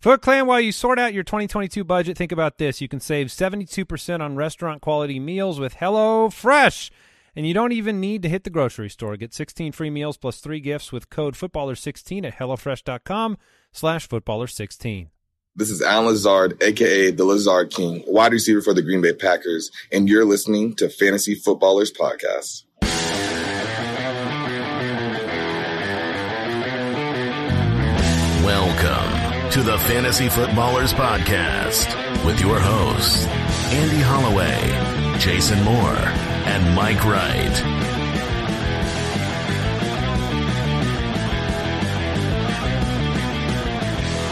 Foot Clan, while you sort out your 2022 budget, think about this. You can save 72% on restaurant quality meals with Hello Fresh. And you don't even need to hit the grocery store. Get 16 free meals plus 3 gifts with code footballer16 at hellofresh.com slash footballer16. This is Alan Lazard, aka the Lazard King, wide receiver for the Green Bay Packers, and you're listening to Fantasy Footballers Podcast. Welcome to the Fantasy Footballers Podcast with your hosts, Andy Holloway, Jason Moore, and Mike Wright.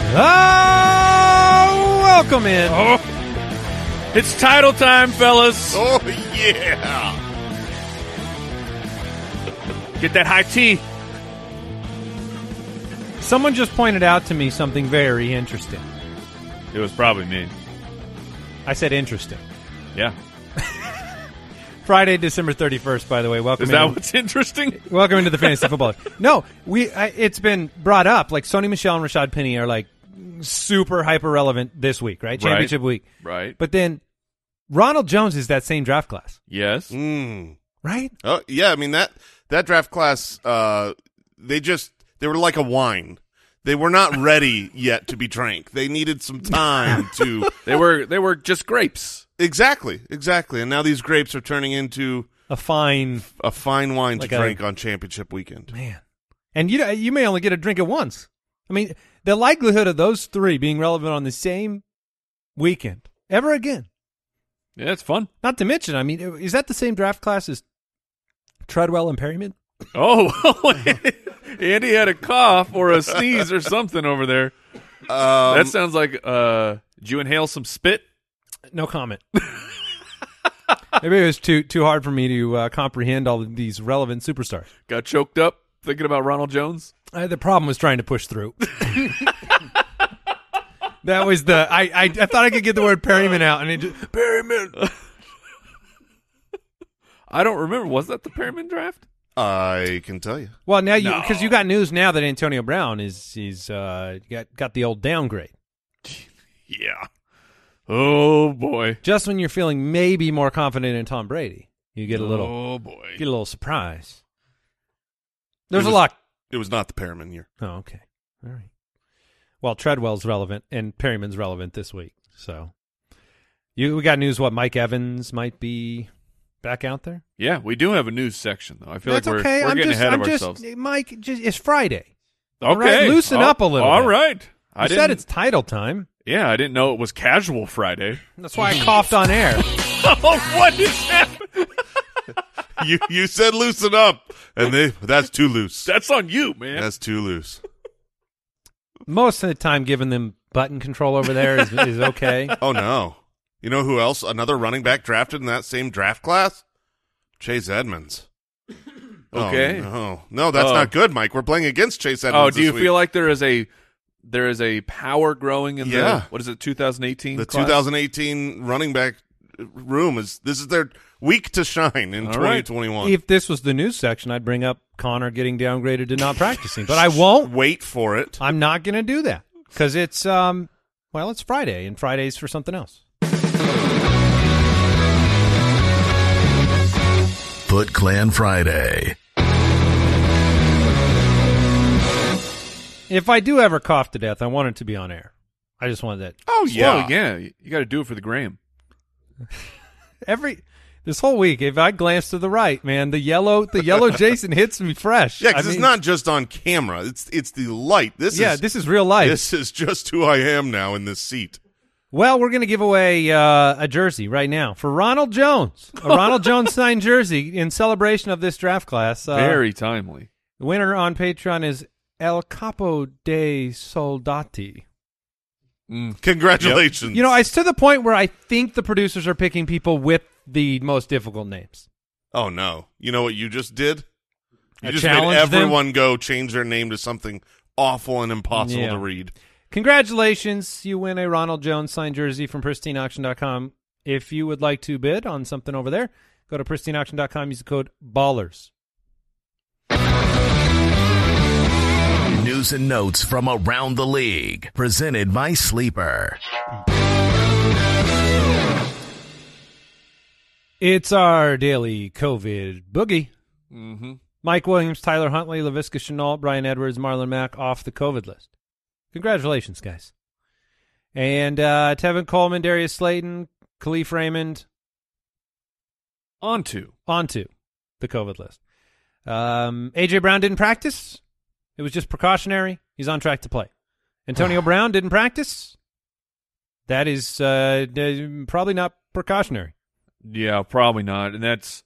Oh, Ah, welcome in. Oh, It's title time, fellas. Oh, yeah. Get that high tea. Someone just pointed out to me something very interesting. It was probably me. I said interesting. Yeah. Friday, December 31st, by the way. Welcome Is that in. what's interesting? Welcome into the fantasy football. No, we I, it's been brought up. Like Sony Michelle and Rashad Penny are like super hyper relevant this week, right? Championship week. Right. But then Ronald Jones is that same draft class, yes. Mm. right? Oh yeah, I mean that that draft class. Uh, they just they were like a wine. They were not ready yet to be drank. They needed some time to They were they were just grapes. exactly, exactly. And now these grapes are turning into A fine a fine wine Like to a- drink on championship weekend. man. And you you may only get a drink at once. I mean, the likelihood of those three being relevant on the same weekend ever again. Yeah, it's fun. Not to mention, I mean, is that the same draft class as Treadwell and Perryman? Oh, Andy had a cough or a sneeze or something over there. Um, that sounds like uh, did you inhale some spit? No comment. Maybe it was too too hard for me to uh, comprehend all of these relevant superstars. Got choked up thinking about Ronald Jones. Uh, the problem was trying to push through. that was the I, I I thought I could get the word Perryman out, and it just, Perryman. I don't remember. Was that the Perryman draft? I can tell you. Well, now you because you got news now that Antonio Brown is is uh, got got the old downgrade. Yeah. Oh boy. Just when you're feeling maybe more confident in Tom Brady, you get a little Oh boy. get a little surprise. There's was- a lot. It was not the Perriman year. Oh, okay. All right. Well, Treadwell's relevant and Perryman's relevant this week. So you we got news what Mike Evans might be back out there. Yeah, we do have a news section though. I feel That's like we're, okay. we're I'm getting just ahead I'm of just ourselves. Mike just it's Friday. Okay, right, loosen up a little All bit. right. I I didn't, said it's title time. Yeah, I didn't know it was casual Friday. That's why I coughed on air. oh, what is that? you you said loosen up, and they that's too loose. That's on you, man. That's too loose. Most of the time giving them button control over there is, is okay. Oh no. You know who else? Another running back drafted in that same draft class? Chase Edmonds. Oh, Okay. no. No, that's Oh. not good, Mike. We're playing against Chase oh, Edmonds. do you this week. feel like there is a there is a power growing in the Yeah. what is it 2018? the class? 2018 running back room is this is their week to shine in All right. 2021? if this was the news section, I'd bring up Connor getting downgraded to not practicing, but I won't. Wait for it. I'm not going to do that because it's um well it's Friday and Fridays for something else. Foot Clan Friday. If I do ever cough to death, I want it to be on air. I just wanted that Oh yeah. well, yeah. You got to do it for the gram. every this whole week. If I glance to the right, man, the yellow the yellow Jason hits me fresh. Yeah, because I it's mean, not just on camera. It's it's the light. This Yeah, is this is real life. this is just who I am now in this seat. Well, we're going to give away uh, a jersey right now for Ronald Jones, a Ronald Jones signed jersey in celebration of this draft class. Uh, Very timely. The winner on Patreon is El Capo de Soldati. Mm. Congratulations. You know, it's to the point where I think the producers are picking people with the most difficult names. Oh no! You know what you just did? You I just made challenged them? everyone go change their name to something awful and impossible Yeah. to read. Congratulations, you win a Ronald Jones signed jersey from pristineauction.com. If you would like to bid on something over there, go to pristineauction.com, use the code BALLERS. News and notes from around the league. Presented by Sleeper. It's our daily COVID boogie. Mm-hmm. Mike Williams, Tyler Huntley, LaVisca Chenault, Brian Edwards, Marlon Mack off the COVID list. Congratulations, guys. And uh, Tevin Coleman, Darius Slayton, Khalif Raymond On to. onto the COVID list. Um, AJ Brown didn't practice. It was just precautionary. He's on track to play. Antonio Brown didn't practice. That is uh, d- probably not precautionary. Yeah, probably not. And that's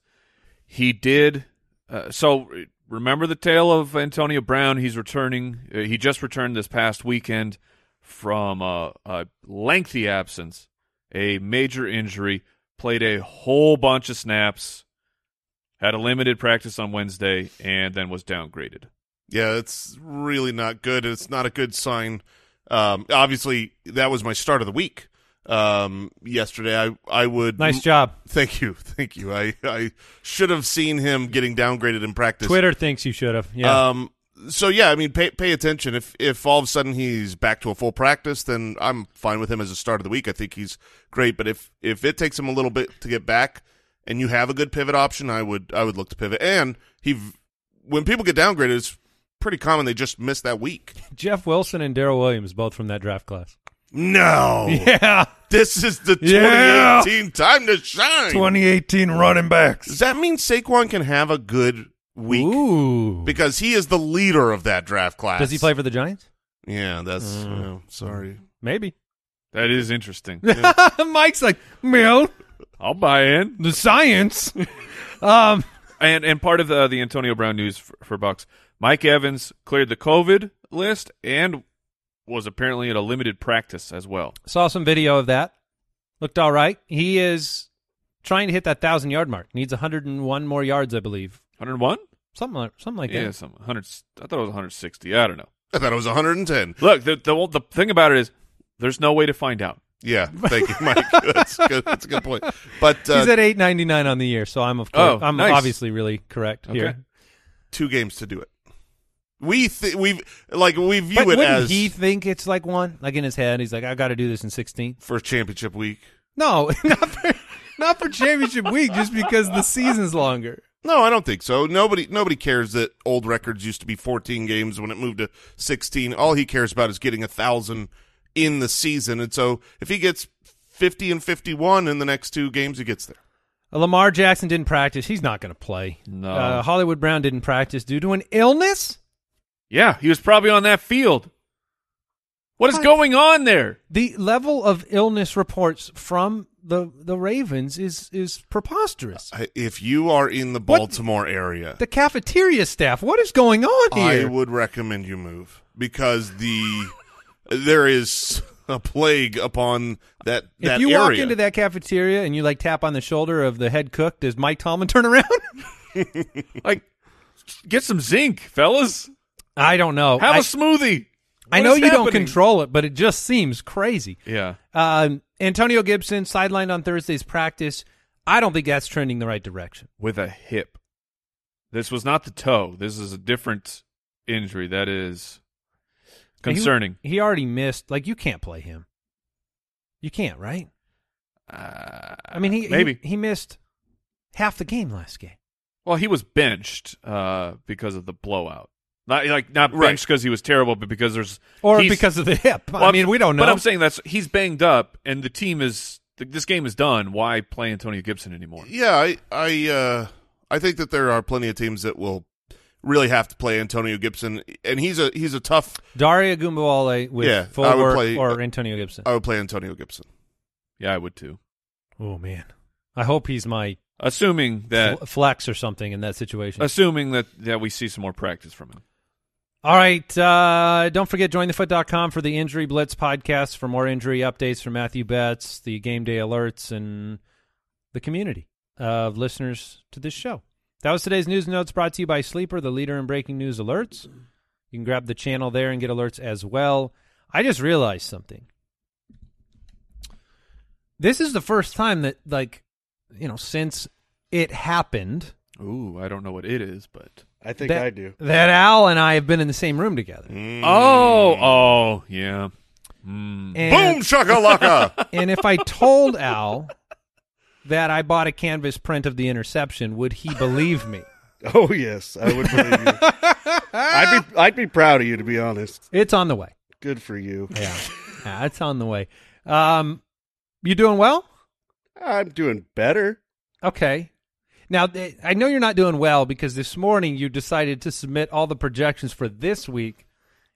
he did. Uh, so re- remember the tale of Antonio Brown. He's returning. Uh, he just returned this past weekend from uh, a lengthy absence, a major injury. Played a whole bunch of snaps. Had a limited practice on Wednesday, and then was downgraded. Yeah, it's really not good. It's not a good sign. Um, obviously, that was my start of the week um, yesterday. I I would Nice job. Thank you, thank you. I I should have seen him getting downgraded in practice. Twitter thinks you should have. Yeah. Um, so yeah, I mean, pay pay attention. If if all of a sudden he's back to a full practice, then I'm fine with him as a start of the week. I think he's great. But if if it takes him a little bit to get back, and you have a good pivot option, I would I would look to pivot. And he, v- when people get downgraded, it's pretty common they just miss that week. Jeff Wilson and Daryl Williams, both from that draft class. No, Yeah. this is the 2018 Yeah. time to shine. 2018 running backs. Does that mean Saquon can have a good week? Ooh. Because he is the leader of that draft class. Does he play for the Giants? Yeah, that's Mm. well, sorry. Maybe. That is interesting. Mike's like, Mill, I'll buy in. the science. um, And and part of the the Antonio Brown news for, for Bucks, Mike Evans cleared the COVID list and was apparently at a limited practice as well. saw some video of that. Looked all right. He is trying to hit that thousand yard mark. Needs 101 more yards, I believe. 101? Something like, something like Yeah, that. some 100 I thought it was 160. I don't know. I thought it was 110. Look, the the the thing about it is there's no way to find out. Yeah, thank you, Mike. that's, good. that's a good point. But uh, He's at 899 on the year, so I'm of course, Oh, I'm nice. obviously really correct Okay. here. two games to do it. We th- we like we view But it wouldn't as he think it's like one? Like in his head, he's like, I got to do this in 16. for championship week. No, not for, not for championship week, just because the season's longer. No, I don't think so. Nobody nobody cares that old records used to be 14 games when it moved to 16. All he cares about is getting a thousand in the season. And so if he gets 50 and 51 in the next two games, he gets there. Lamar Jackson didn't practice. He's not going to play. No. Uh, Hollywood Brown didn't practice due to an illness. Yeah, he was probably on that field. What is What? going on there? The level of illness reports from the the Ravens is is preposterous. I- If you are in the What- Baltimore area, The cafeteria staff. What is going on I here? would recommend you move because the there is a plague upon that that if you area. walk into that cafeteria and you like tap on the shoulder of the head cook, does Mike Tomlin turn around? Like get some zinc, fellas. I don't know. Have I a smoothie. I What know is you don't happening? control it, but it just seems crazy. Yeah. Um, Antonio Gibson sidelined on Thursday's practice. I don't think that's trending the right direction. with a hip. This was not the toe. This is a different injury. That is And he- concerning. He, already missed. Like you can't play him. You can't, right? Uh, I mean, he maybe. he, he missed half the game last game. well, he was benched uh, because of the blowout. Not like not Right. benched because he was terrible, but because there's Or he's- because of the hip. Well, I I'm- mean, we don't know. But I'm saying that's he's banged up, and the team is th- this game is done. Why play Antonio Gibson anymore? Yeah, I I uh, I think that there are plenty of teams that will really have to play Antonio Gibson, and he's a he's a tough. Daria Gumbawale with Yeah, full I would work play- uh, or Antonio Gibson. I would play Antonio Gibson. Yeah, I would too. oh man, I hope he's my Assuming that, fl- flex or something in that situation. assuming that that we see some more practice from him. All right. Uh, don't forget, jointhefoot.com for the Injury Blitz podcast for more injury updates from Matthew Betts, the game day alerts, and the community of listeners to this show. That was today's news and notes brought to you by Sleeper, the leader in breaking news alerts. You can grab the channel there and get alerts as well. I just realized something. This is the first time that, like, you know, since it happened, Ooh, I don't know what it is, but I think that, I do. That Al and I have been in the same room together. Mm. Oh, oh, yeah. And, Mm. Boom shakalaka. And if I told Al that I bought a canvas print of the interception, would he believe me? Oh yes, I would believe you. I'd be I'd be proud of you to be honest. It's on the way. Good for you. Yeah, yeah it's on the way. Um, you doing well? I'm doing better. Okay. Now th- I know you're not doing well because this morning you decided to submit all the projections for this week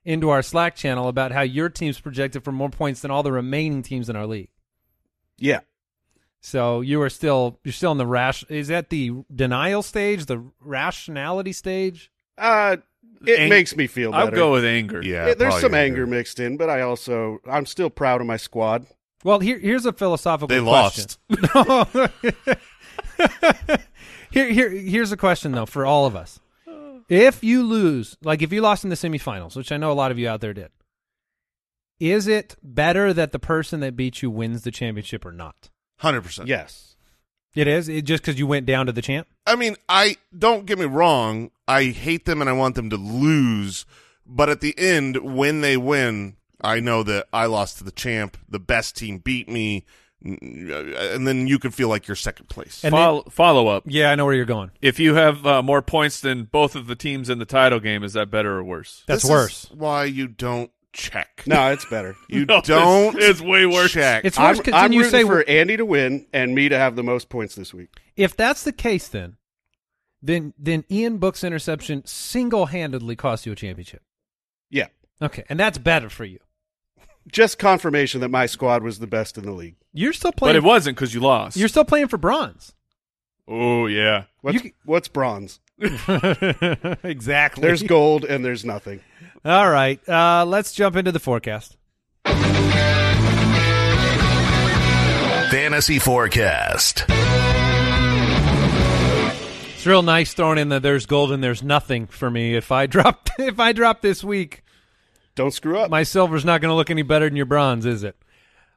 into our Slack channel about how your team's projected for more points than all the remaining teams in our league. Yeah. So you are still you're still in the rash. Is that the denial stage, the rationality stage? Uh it Ang- makes me feel better. I'll go with anger. yeah, Yeah, there's probably some gonna anger do it. mixed in, but I also I'm still proud of my squad. Well, here here's a philosophical. They question. lost. No. here, here, here's a question though for all of us: If you lose, like if you lost in the semifinals, which I know a lot of you out there did, is it better that the person that beat you wins the championship or not? Hundred percent. Yes. It is. It just because you went down to the champ. I mean, I don't get me wrong. I hate them and I want them to lose, but at the end, when they win, I know that I lost to the champ. The best team beat me, and then you can feel like you're second place. And Follow, follow up. Yeah, I know where you're going. If you have uh, more points than both of the teams in the title game, is that better or worse? That's This is worse. why you don't check. No, it's better. you No, it's- don't. it's way worse. Check. It's I'm, worse because I'm then you rooting say for Andy to win and me to have the most points this week. if that's the case, then then then Ian Book's interception single handedly cost you a championship. Yeah. Okay, and that's better for you. Just confirmation that my squad was the best in the league. You're still playing. But it wasn't because you lost. You're still playing for bronze. oh yeah. What's, what's bronze? exactly. There's gold and there's nothing. All right. Uh, let's jump into the forecast. Fantasy Forecast. It's real nice throwing in the there's gold and there's nothing for me. If I drop if I drop this week, Don't screw up. my silver's not going to look any better than your bronze, is it?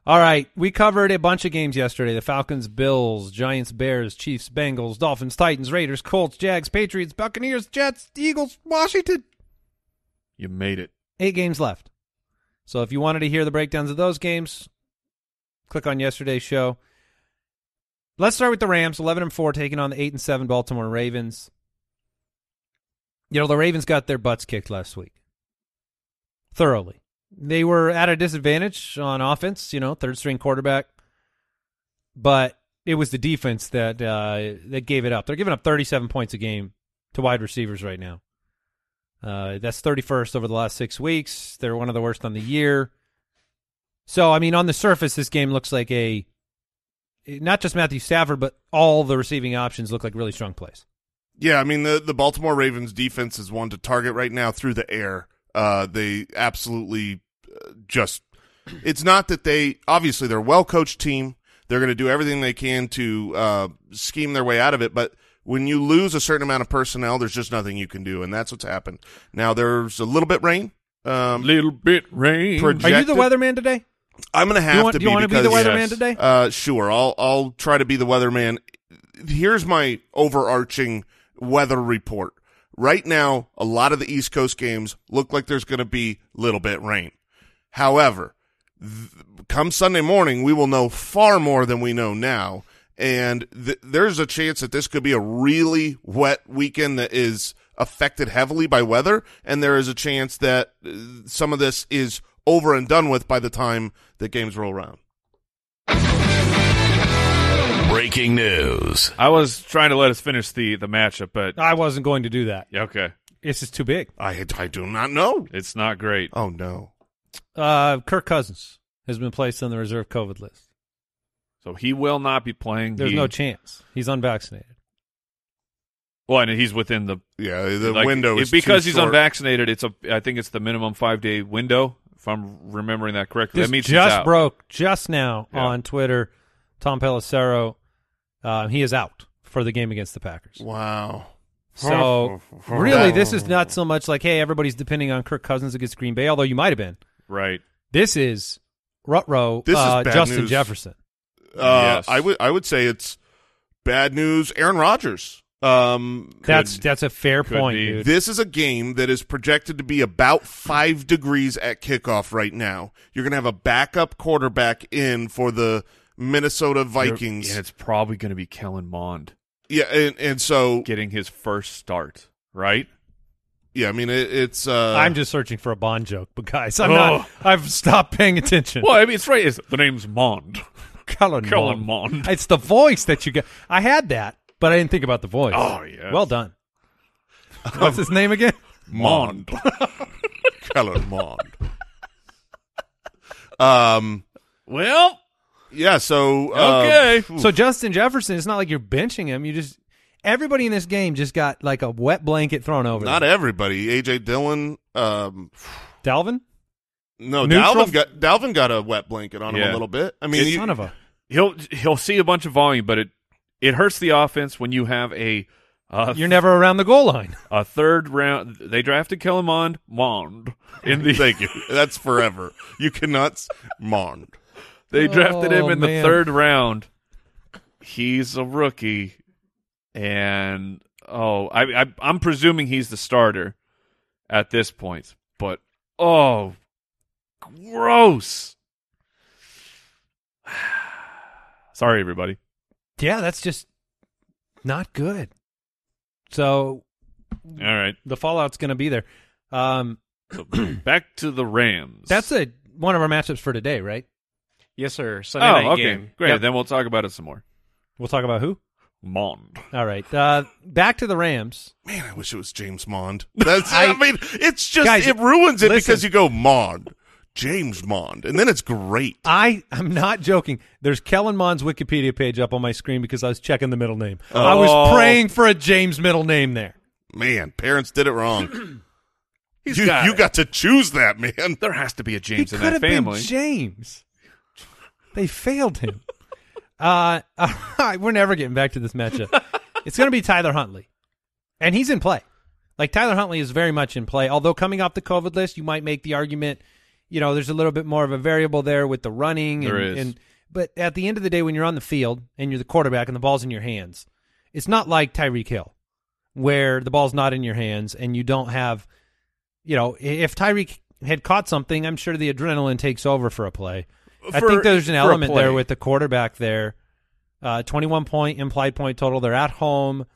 All right, we covered a bunch of games yesterday: the Falcons, Bills, Giants, Bears, Chiefs, Bengals, Dolphins, Titans, Raiders, Colts, Jags, Patriots, Buccaneers, Jets, Eagles, Washington. You made it. Eight games left. So if you wanted to hear the breakdowns of those games, click on yesterday's show. Let's start with the Rams, eleven and four, taking on the eight and seven Baltimore Ravens. You know the Ravens got their butts kicked last week, thoroughly. They were at a disadvantage on offense. You know, third string quarterback, but it was the defense that uh, that gave it up. They're giving up thirty seven points a game to wide receivers right now. Uh, that's 31st over the last six weeks. They're one of the worst on the year. So, I mean, on the surface, this game looks like a not just Matthew Stafford, but all the receiving options look like really strong plays. Yeah, I mean the the Baltimore Ravens defense is one to target right now through the air. Uh, they absolutely uh, just. It's not that they obviously they're a well coached team. They're going to do everything they can to uh, scheme their way out of it. But when you lose a certain amount of personnel, there's just nothing you can do, and that's what's happened. Now there's a little bit rain. Um, Little bit rain. Project- Are you the Objective- weatherman today? I'm going to have Do you want to do you be want to be the because- weatherman Yes. today? uh, sure. I'll I'll try to be the weatherman. Here's my overarching weather report. Right now, a lot of the East Coast games look like there's going to be little bit rain. However, th- come Sunday morning, we will know far more than we know now, and th- there's a chance that this could be a really wet weekend that is affected heavily by weather, and there is a chance that uh, some of this is over and done with by the time the games roll around. Breaking news. I was trying to let us finish the the matchup, but I wasn't going to do that. yeah, okay, This is too big. I, I do not know. it's not great. Oh no. Uh, Kirk Cousins has been placed on the reserve COVID list. So he will not be playing. There's He- no chance. He's unvaccinated. Well, and he's within the Yeah, the like, window it- is because too he's short. unvaccinated. It's a I think it's the minimum five day window if I'm remembering that correctly. This that means he's just out. broke just now Yeah. on Twitter. Tom Pelissero, uh, he is out for the game against the Packers. Wow. So really, this is not so much like, hey, everybody's depending on Kirk Cousins against Green Bay, although you might have been. right. This is Rutrow, This is uh, bad Justin news. Jefferson. Uh, Yes. I would I would say it's bad news. Aaron Rodgers. Um, that's that's a fair point, be. dude. This is a game that is projected to be about five degrees at kickoff right now. You're going to have a backup quarterback in for the Minnesota Vikings. and it's probably going to be Kellen Mond yeah, and, and so getting his first start, right? yeah, I mean it, it's. Uh, I'm just searching for a Bond joke, but guys, I'm Oh. not. I've stopped paying attention. Well, I mean, it's right. It's, the name's Mond. Kellen Kellen Mond. Mond. It's the voice that you get. I had that, but I didn't think about the voice. Oh, yes. Well done. What's his name again? Mond. Kellen Mond. Um. Well, Yeah. So. uh, okay. So Justin Jefferson, it's not like you're benching him. You just everybody in this game just got like a wet blanket thrown over not them. everybody. AJ Dillon. Um. Dalvin. No. Neutral? Dalvin got Dalvin got a wet blanket on him Yeah. a little bit. I mean, you- Son of a. he'll he'll see a bunch of volume, but it it hurts the offense when you have a uh, You're never around the goal line. a third round. They drafted Kellen Mond Mond in the Thank you. That's forever. You cannot s- Mond. They drafted Oh, him man. in the third round. He's a rookie, and oh, I, I I'm presuming he's the starter at this point. But oh, gross! Sorry, everybody. Yeah, that's just not good. So All right, the fallout's going to be there. Um, so back to the Rams. Oh, that's a one of our matchups for today, right? Yes, sir. Sunday night oh, okay, game. great. Yep. Then we'll talk about it some more. We'll talk about who. Mond. All right, uh, back to the Rams. Man, I wish it was James Mond. That's, I, I- mean, it's just Guys, it ruins it because listen. you go Mond, James Mond, and then it's great. I am not joking. There's Kellen Mond's Wikipedia page up on my screen because I was checking the middle name. I was Oh. praying for a James middle name there. Man, parents did it wrong. He's you got you it. got to choose that, man. There has to be a He James in could that have family. been James. They failed him. uh, all right, we're never getting back to this matchup. it's going to be Tyler Huntley, and he's in play. Like Tyler Huntley is very much in play. Although coming off the COVID list, you might make the argument, you know, there's a little bit more of a variable there with the running. There and, is. and but at the end of the day, when you're on the field and you're the quarterback and the ball's in your hands, it's not like Tyreek Hill, where the ball's not in your hands and you don't have you know, i- if Tyreek had caught something, I'm sure the adrenaline takes over for a play. I For- think there's an for a element there play. with the quarterback there. Uh, 21 point implied point total. They're at home.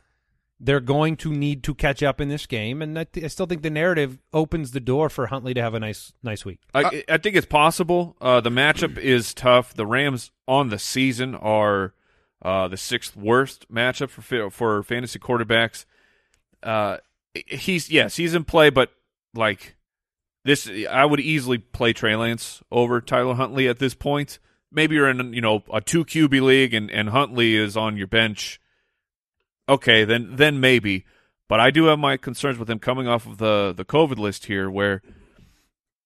They're going to need to catch up in this game, and I, th- I still think the narrative opens the door for Huntley to have a nice, nice week. I, I think it's possible. Uh, the matchup is tough. The Rams on the season are uh, the sixth worst matchup for fa- for fantasy quarterbacks. Uh, he's yes, he's in play, but like this, I would easily play Trey Lance over Tyler Huntley at this point. Maybe you're in you know a two QB league and, and Huntley is on your bench. Okay, then then maybe, but I do have my concerns with him coming off of the the COVID list here, where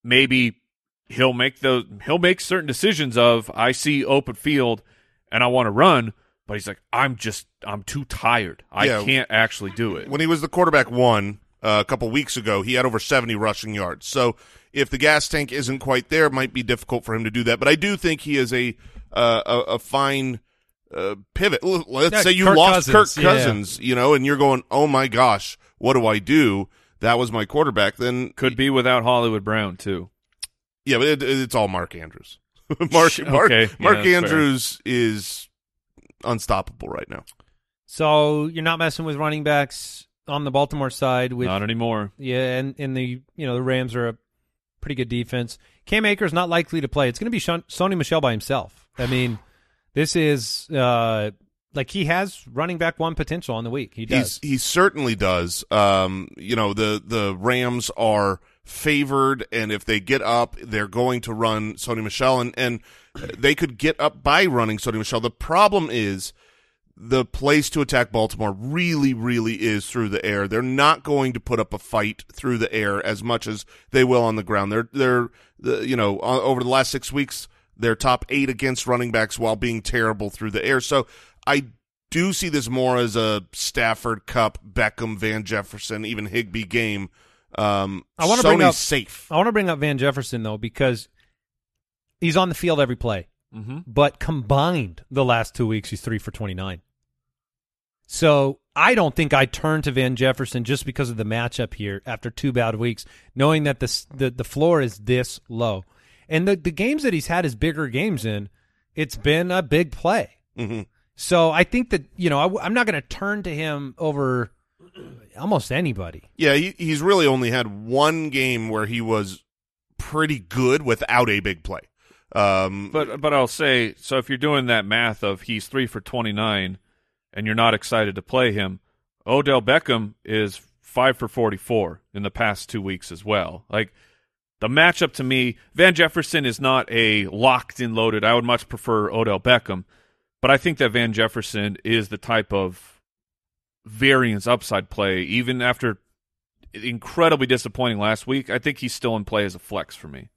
maybe he'll make the he'll make certain decisions of I see open field and I want to run, but he's like I'm just I'm too tired. I Yeah. can't actually do it. When he was the quarterback one uh, a couple weeks ago, he had over 70 rushing yards. So if the gas tank isn't quite there, it might be difficult for him to do that. But I do think he is a uh, a, a fine uh, pivot. L- Let's Yeah, say you Kirk lost Cousins, Kirk yeah. Cousins, you know, and you're going, oh my gosh, what do I do? That was my quarterback. Then Could be without Hollywood Brown too. yeah, but it, it's all Mark Andrews. Mark Mark, Okay. Yeah, Mark that's fair. Andrews is unstoppable right now. So you're not messing with running backs on the Baltimore side with Not anymore. Yeah, and, and the you know the Rams are a pretty good defense. Cam Akers not likely to play. It's going to be Sean, Sony Michelle by himself. I mean, this is uh, like he has running back one potential on the week. He does. He's he certainly does. Um, you know the the Rams are favored, and if they get up, they're going to run Sony Michelle, and and they could get up by running Sony Michelle. The problem is the place to attack Baltimore really, really is through the air. They're not going to put up a fight through the air as much as they will on the ground. They're they're the, you know o- over the last six weeks they're top eight against running backs while being terrible through the air. So I do see this more as a Stafford Cup, Beckham, Van Jefferson, even Higby game. Um, I wanna Sony's bring up- safe. I want to bring up Van Jefferson though because he's on the field every play, Mm-hmm. but combined the last two weeks he's three for twenty nine. So I don't think I turn to Van Jefferson just because of the matchup here after two bad weeks, knowing that this, the the floor is this low, and the the games that he's had his bigger games in, it's been a big play. Mm-hmm. So I think that you know I, w- I'm not going to turn to him over almost anybody. Yeah, he, he's really only had one game where he was pretty good without a big play. Um, But but I'll say so if you're doing that math of he's three for twenty nine, and you're not excited to play him, Odell Beckham is five for forty four in the past two weeks as well. Like the matchup to me, Van Jefferson is not a locked and loaded. I would much prefer Odell Beckham, but I think that Van Jefferson is the type of variance upside play. Even after incredibly disappointing last week, I think he's still in play as a flex for me.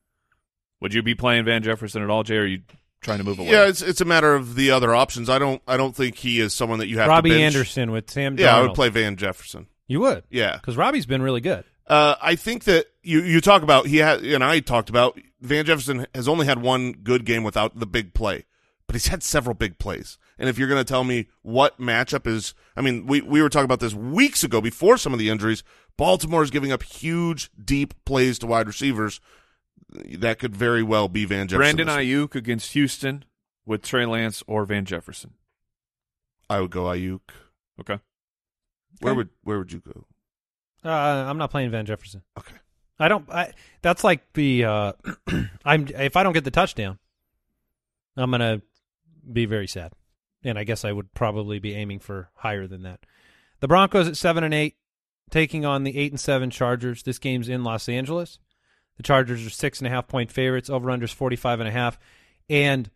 Would you be playing Van Jefferson at all, Jay? Or are you trying to move away? yeah, it's it's a matter of the other options. I don't I don't think he is someone that you have to Robbie bench. Anderson with Sam. Yeah, I would Darnold. play Van Jefferson. You would, Yeah. because Robbie's been really good. Uh, I think that you, you talk about he ha- and I talked about Van Jefferson has only had one good game without the big play, but he's had several big plays. And if you're going to tell me what matchup is, I mean, we we were talking about this weeks ago before some of the injuries. Baltimore is giving up huge deep plays to wide receivers. That could very well be Van Jefferson. Brandon this week. Ayuk against Houston with Trey Lance or Van Jefferson. I would go Ayuk. Okay. Where would where would you go? Uh, I'm not playing Van Jefferson. Okay. I don't. I, that's like the. Uh, I'm if I don't get the touchdown, I'm gonna be very sad, and I guess I would probably be aiming for higher than that. The Broncos at seven and eight, taking on the eight and seven Chargers. This game's in Los Angeles. The Chargers are six and a half point favorites. Over unders forty five and a half, and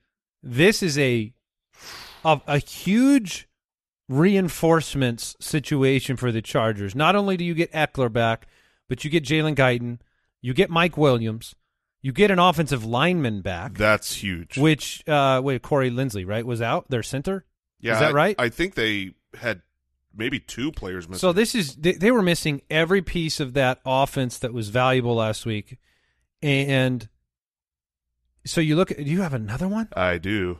this is a of a huge reinforcements situation for the Chargers. Not only do you get Eckler back, but you get Jalen Guyton, you get Mike Williams, you get an offensive lineman back, That's huge. which uh, wait Corey Lindsley right was out their center. yeah, is that I- right? I think they had maybe two players missing. So this is they, they were missing every piece of that offense that was valuable last week, and so you look. at- Do you have another one? I do.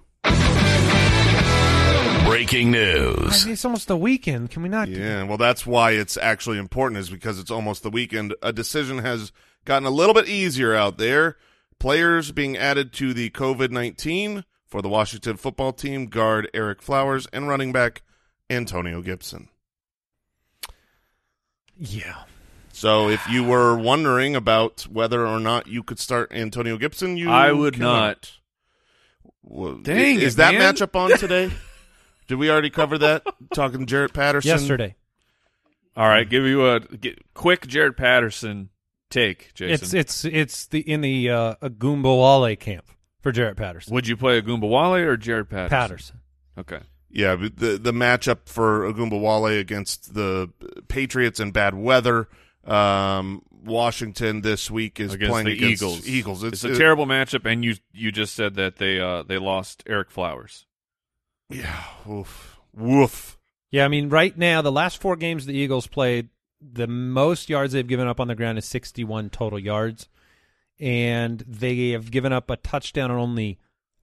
Breaking news. It's almost the weekend. Can we not? Yeah, well, that's why it's actually important, is because it's almost the weekend. A decision has gotten a little bit easier out there. Players being added to the COVID 19 for the Washington football team guard Eric Flowers and running back Antonio Gibson. Yeah. So if you were wondering about whether or not you could start Antonio Gibson, you I would cannot. Well, Dang is it, that man. matchup on today? Did we already cover that? Talking Jarrett Patterson Yesterday. All right, give you a get, quick Jared Patterson take, Jason. It's it's it's the in the uh, Agumbawale camp for Jarrett Patterson. would you play a Goomba Wale or Jared Patterson? Patterson. Okay. Yeah, but the the matchup for Agumba Wale against the Patriots in bad weather. Um, Washington this week is Against playing the against Eagles. Eagles. It's, It's, a it- terrible matchup, and you you just said that they uh they lost Eric Flowers. Yeah, woof, woof. Yeah, I mean, right now the last four games the Eagles played, the most yards they've given up on the ground is 61 total yards, and they have given up a touchdown on only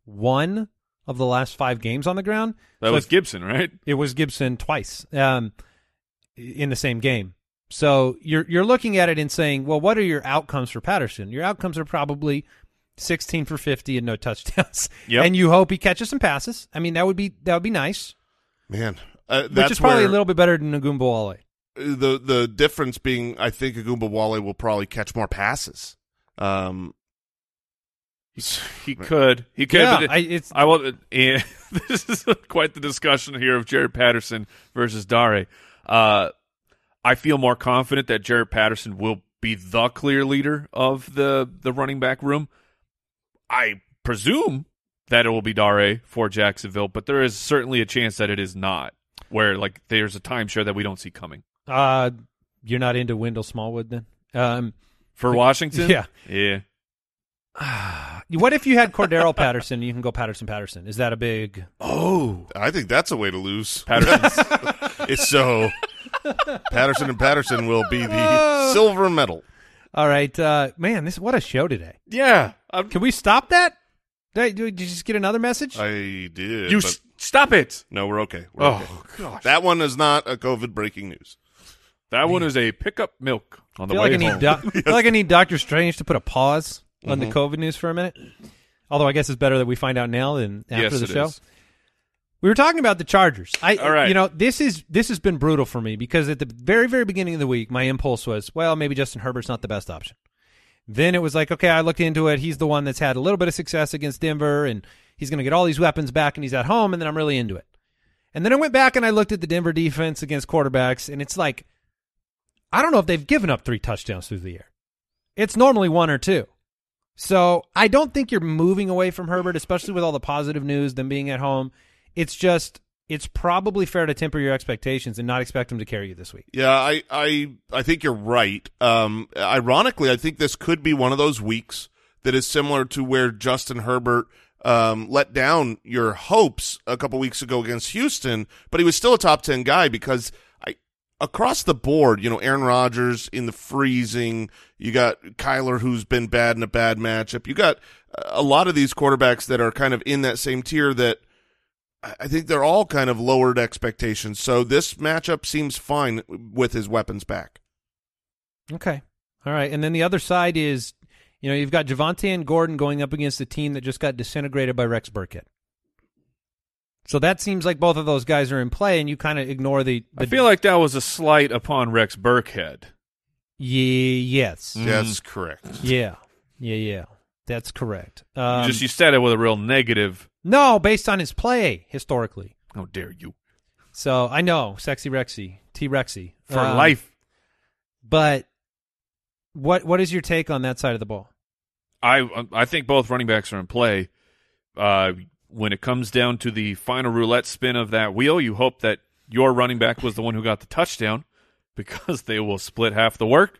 one of the last five games on the ground. That So was if- Gibson, right? It was Gibson twice um, in the same game. So you're you're looking at it and saying, well, what are your outcomes for Patterson? Your outcomes are probably 16 for 50 and no touchdowns. Yep. And you hope he catches some passes. I mean, that would be that would be nice, Man, uh, which that's is probably where a little bit better than Nagumbawale. the the difference being. I think Agumba Wale will probably catch more passes. Um, He could. He could. Yeah, but it- I- it's- I will. eh, this is quite the discussion here of Jared Patterson versus Dare. Uh, I feel more confident that Jared Patterson will be the clear leader of the the running back room. I presume that it will be Dare for Jacksonville, but there is certainly a chance that it is not. Where like there's a timeshare that we don't see coming Uh, you're not into Wendell Smallwood then? Um, for Washington. Yeah. yeah. what if you had Cordero Patterson? You can go Patterson Patterson. Is that a big? Oh, I think that's a way to lose. Patterson. It's so Patterson and Patterson will be Oh. the silver medal. All right, uh, man. This what a show today. yeah, I'm Can we stop that? Did, I- did you just get another message? I did. You but- s- Stop it. No, we're okay. We're okay. Oh, gosh. That one is not a COVID breaking news. That one is a pickup milk on the feel way like I home. need doc I feel like I need Doctor Strange to put a pause on Mm-hmm. the COVID news for a minute. Although I guess it's better that we find out now than after yes, the it show. is. We were talking about the Chargers. I, All right. you know, this is this has been brutal for me because at the very very beginning of the week, my impulse was, well, maybe Justin Herbert's not the best option. Then it was like, okay, I looked into it. He's the one that's had a little bit of success against Denver, and he's going to get all these weapons back, and he's at home, and then I'm really into it. And then I went back and I looked at the Denver defense against quarterbacks, and it's like, I don't know if they've given up three touchdowns through the air. It's normally one or two. So I don't think you're moving away from Herbert, especially with all the positive news, them being at home. It's just, it's probably fair to temper your expectations and not expect him to carry you this week. Yeah, I, I, I think you're right. Um, ironically, I think this could be one of those weeks that is similar to where Justin Herbert um, let down your hopes a couple weeks ago against Houston, but he was still a top ten guy because I across the board, you know, Aaron Rodgers in the freezing, you got Kyler who's been bad in a bad matchup, you got uh, a lot of these quarterbacks that are kind of in that same tier that. I I think they're all kind of lowered expectations. So this matchup seems fine with his weapons back. Okay. All right. And then the other side is, you know, you've got Javante and Gordon going up against a team that just got disintegrated by Rex Burkett. So that seems like both of those guys are in play, and you kind of ignore the. the I feel like that was a slight upon Rex Burkhead. Ye- yes. That's correct. Yeah. Yeah. Yeah. That's correct. You Um, Just you said it with a real negative. no, based on his play historically. How dare you? So I know, sexy Rexy, T Rexy For Um, life. But what what is your take on that side of the ball? I I think both running backs are in play. Uh, when it comes down to the final roulette spin of that wheel, you hope that your running back was the one who got the touchdown because they will split half the work.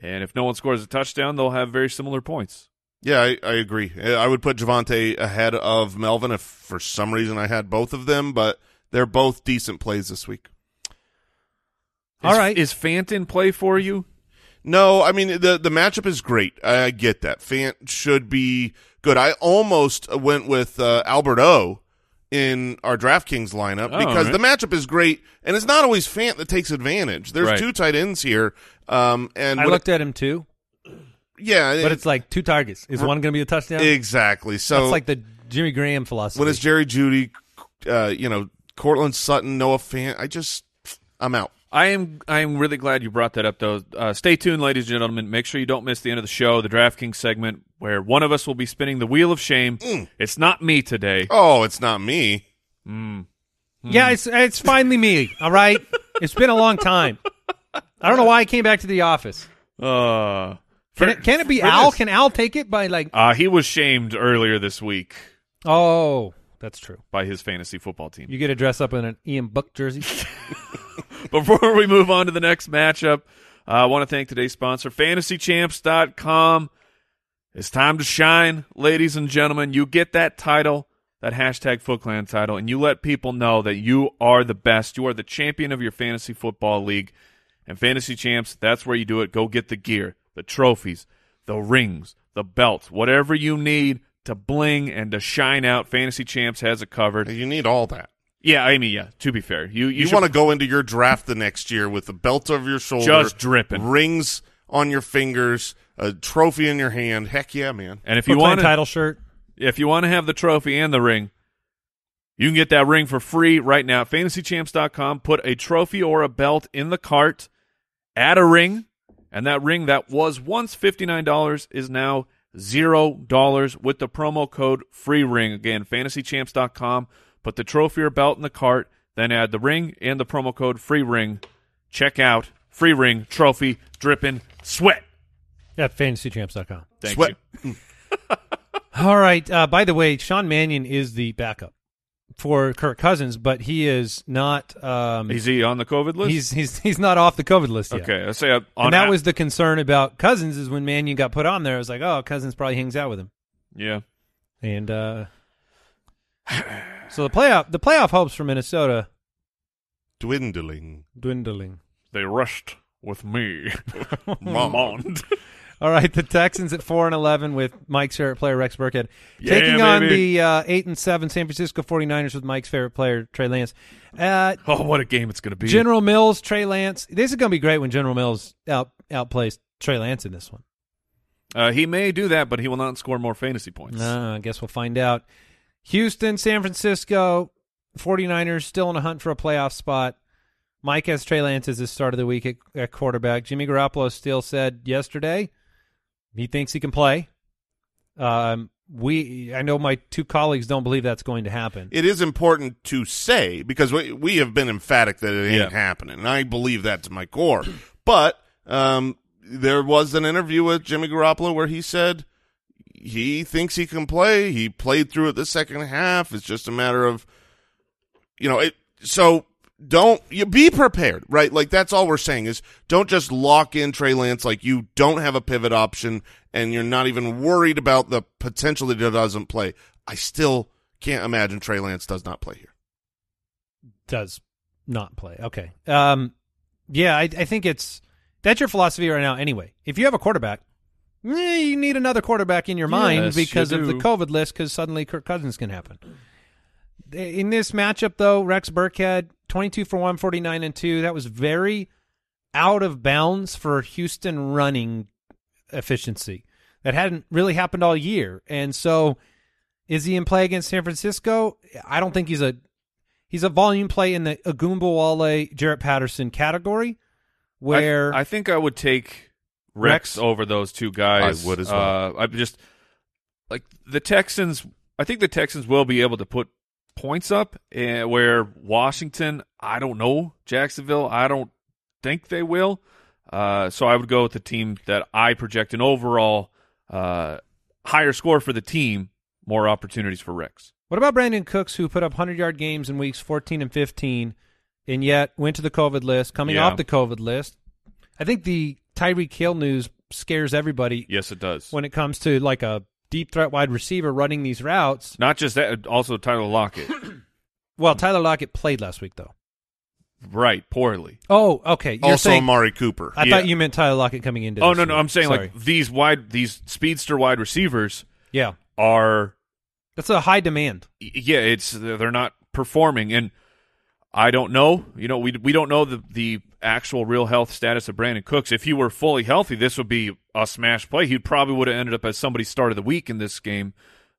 And if no one scores a touchdown, they'll have very similar points. Yeah, I, I agree. Uh, I would put Javante ahead of Melvin if for some reason I had both of them, but they're both decent plays this week. All Is- right. Is Fant in play for you? No, I mean the the matchup is great. I, I get that. Fant should be good. I almost went with uh, Albert O in our DraftKings lineup Oh, because all right. the matchup is great, and it's not always Fant that takes advantage. There's Right. two tight ends here, um, and I when it- looked at him too, yeah, but it's like two targets. Is one going to be a touchdown? exactly so. That's like the Jimmy Graham philosophy. when it's Jerry Judy, uh, you know, Cortland Sutton, Noah Fant, I just I'm out. I am I am really glad you brought that up though. Uh, stay tuned, ladies and gentlemen. Make sure you don't miss the end of the show, the DraftKings segment, where one of us will be spinning the wheel of shame. Mm. It's not me today. Oh, it's not me. Mm. yeah, it's it's finally me. All right, it's been a long time. I don't know why I came back to the office. Oh. Uh, Can for- it, can it be for Al? this- Can Al take it by like? Uh, he was shamed earlier this week Oh, that's true. by his fantasy football team. You get to dress up in an Ian Buck jersey. Before we move on to the next matchup, uh, I want to thank today's sponsor, fantasychamps.com. It's time to shine, ladies and gentlemen. You get that title, that hashtag Foot Clan title, and you let people know that you are the best. You are the champion of your fantasy football league. And Fantasy Champs, that's where you do it. Go get the gear, the trophies, the rings, the belts, whatever you need to bling and to shine out. Fantasy Champs has it covered. You need all that. Yeah, I mean, yeah, to be fair. You, you, You, should- want to go into your draft the next year with the belt over your shoulder, Just dripping. rings on your fingers, a trophy in your hand. Heck yeah, man! And if Brooklyn you want to, title shirt. if you want to have the trophy and the ring, you can get that ring for free right now at fantasychamps.com. Put a trophy or a belt in the cart, add a ring, and that ring that was once $59 is now $0 with the promo code free ring. Again, fantasychamps.com. Put the trophy or belt in the cart, then add the ring and the promo code free ring. Check out free ring, trophy, dripping, sweat. at fantasychamps.com. Thank Sweat. you. All right. Uh, by the way, Sean Mannion is the backup for Kirk Cousins, but he is not. Um, Is he on the COVID list? he's he's he's not off the COVID list yet. okay. I say uh, on And that a- was the concern about Cousins is when Mannion got put on there. I was like, oh, Cousins probably hangs out with him, yeah. and uh, so the playoff the playoff hopes for Minnesota Dwindling. dwindling. They rushed with me. Mond. Mond. All right, the Texans at four and eleven with Mike's favorite player Rex Burkhead Yeah, taking on baby. the uh, eight and seven San Francisco 49ers with Mike's favorite player Trey Lance. Uh, Oh, what a game it's going to be. General Mills, Trey Lance. This is going to be great when General Mills out outplays Trey Lance in this one. Uh, he may do that, but he will not score more fantasy points. Uh, I guess we'll find out. Houston, San Francisco, 49ers still in a hunt for a playoff spot. Mike has Trey Lance as his start of the week at, at quarterback. Jimmy Garoppolo still said yesterday he thinks he can play. Um, we I know my two colleagues don't believe that's going to happen. It is important to say because we we have been emphatic that it ain't happening, and I believe that to my core. But um, there was an interview with Jimmy Garoppolo where he said he thinks he can play. He played through it the second half. It's just a matter of you know it. So don't you be prepared, right? Like that's all we're saying is don't just lock in Trey Lance like you don't have a pivot option and you're not even worried about the potential that he doesn't play. I still can't imagine Trey Lance does not play here. does not play. Okay. Um, yeah, I, I think it's that's your philosophy right now. Anyway, if you have a quarterback, eh, you need another quarterback in your mind Yes, you because of the do. COVID list. Because suddenly Kirk Cousins can happen. In this matchup, though, Rex Burkhead twenty-two for one forty-nine and two. That was very out of bounds for Houston running efficiency. That hadn't really happened all year, and so is he in play against San Francisco? I don't think he's a he's a volume play in the Agumba Wale, Jarrett Patterson category, I- where I, think I would take Rex, Rex? over those two guys. I would as well. Uh, I just like the Texans. I think the Texans will be able to put points up. eh, where Washington, I don't know. Jacksonville, I don't think they will. Uh, so I would go with the team that I project an overall uh, higher score for the team, more opportunities for Rex. what about Brandon Cooks, who put up hundred yard games in weeks fourteen and fifteen, and yet went to the COVID list, coming Yeah. off the COVID list? I think the Tyreek Hill news scares everybody Yes, it does. when it comes to like a deep threat wide receiver running these routes. Not just that, also Tyler Lockett. Well, Tyler Lockett played last week though. right, poorly. Oh, okay. You're also, saying, Amari Cooper. I Yeah. thought you meant Tyler Lockett coming into. Oh this no, no, week. I'm saying Sorry. like these wide, these speedster wide receivers yeah, are, that's a high demand. y- yeah, it's they're not performing, and I don't know, you know, we we don't know the the actual real health status of Brandon Cooks. If he were fully healthy, this would be a smash play. He probably would have ended up as somebody's start of the week in this game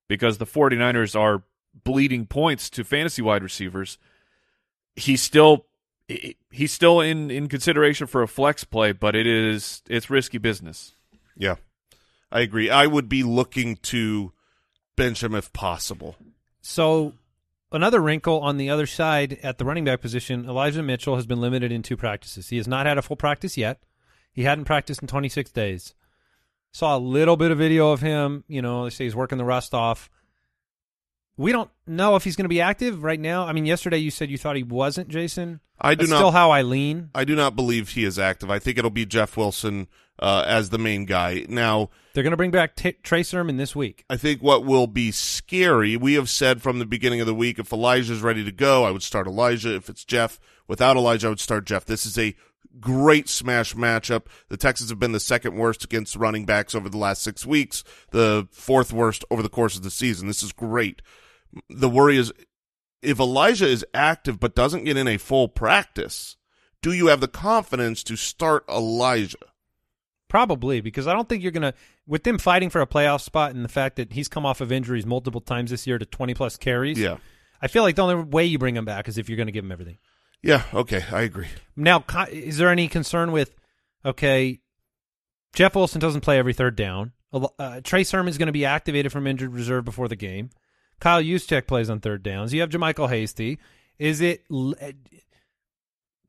because the 49ers are bleeding points to fantasy wide receivers. He's still he- he's still in in consideration for a flex play, but it is it's risky business. yeah, I agree. I would be looking to bench him if possible. So another wrinkle on the other side at the running back position, Elijah Mitchell has been limited in two practices. He has not had a full practice yet. He hadn't practiced in 26 days. Saw a little bit of video of him. You know, they say he's working the rust off. We don't know if he's going to be active right now. I mean, yesterday you said you thought he wasn't, Jason. I do That's not- Still, how I lean. I do not believe he is active. I think it'll be Jeff Wilson uh, as the main guy. Now, They're going to bring back t- Trey Sermon this week. I think what will be scary, we have said from the beginning of the week, if Elijah's ready to go, I would start Elijah. If it's Jeff, without Elijah, I would start Jeff. This is a great smash matchup. The Texans have been the second worst against running backs over the last six weeks, the fourth worst over the course of the season. This is great. The worry is if Elijah is active but doesn't get in a full practice, do you have the confidence to start Elijah? Probably because I don't think you're going to with them fighting for a playoff spot and the fact that he's come off of injuries multiple times this year to 20 plus carries. Yeah. I feel like the only way you bring him back is if you're going to give him everything. Yeah, okay, I agree. Now, co- is there any concern with, okay, Jeff Wilson doesn't play every third down. A lo- Uh, Trey Sermon's going to be activated from injured reserve before the game. Kyle Juszczyk plays on third downs. You have Jamichael Hasty. Is it l- uh,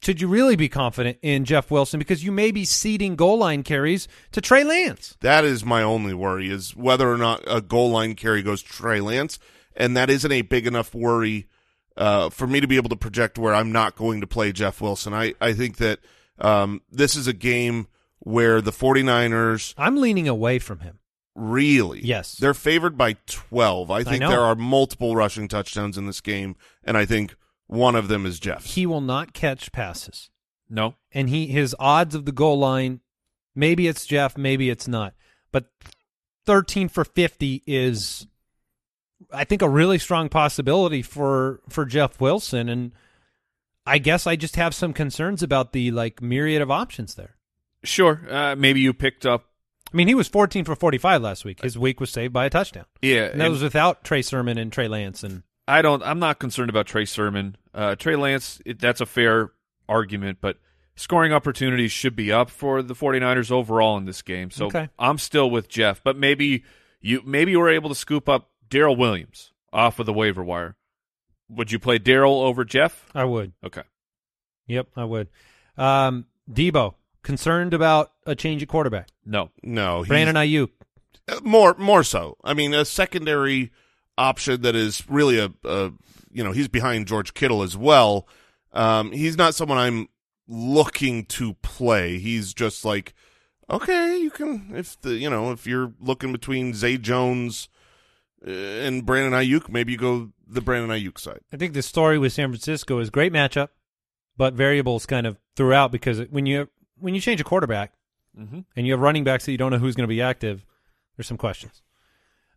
should you really be confident in Jeff Wilson because you may be ceding goal line carries to Trey Lance? That is my only worry is whether or not a goal line carry goes to Trey Lance, and that isn't a big enough worry uh, for me to be able to project where I'm not going to play Jeff Wilson. I, I think that um, this is a game where the 49ers I'm leaning away from him. really Yes. they're favored by 12. I think know. there are multiple rushing touchdowns in this game, and I think one of them is Jeff's. He will not catch passes. No, and he his odds of the goal line Maybe it's Jeff, maybe it's not. But 13 for 50 is I think a really strong possibility for for Jeff Wilson and I guess I just have some concerns about the like myriad of options there. Sure, uh, maybe you picked up. I mean, he was 14 for 45 last week. His week was saved by a touchdown. Yeah, And that and was without Trey Sermon and Trey Lance and I don't. I'm not concerned about Trey Sermon. Uh, Trey Lance, it, that's a fair argument, but scoring opportunities should be up for the 49ers overall in this game. So Okay. I'm still with Jeff, but maybe you maybe you were able to scoop up Daryl Williams off of the waiver wire. Would you play Daryl over Jeff? I would. Okay. Yep, I would. Um, Debo concerned about a change at quarterback. No. No, he's- Brandon Ayuk. Uh, more more so. I mean, a secondary option that is really a, a you know he's behind George Kittle as well. Um, he's not someone I'm looking to play. He's just like okay, you can if the you know if you're looking between Zay Jones uh, and Brandon Ayuk, maybe you go the Brandon Ayuk side. I think the story with San Francisco is great matchup, but variables kind of throughout because it- when you when you change a quarterback Mhm. and you have running backs that you don't know who's going to be active, there's some questions.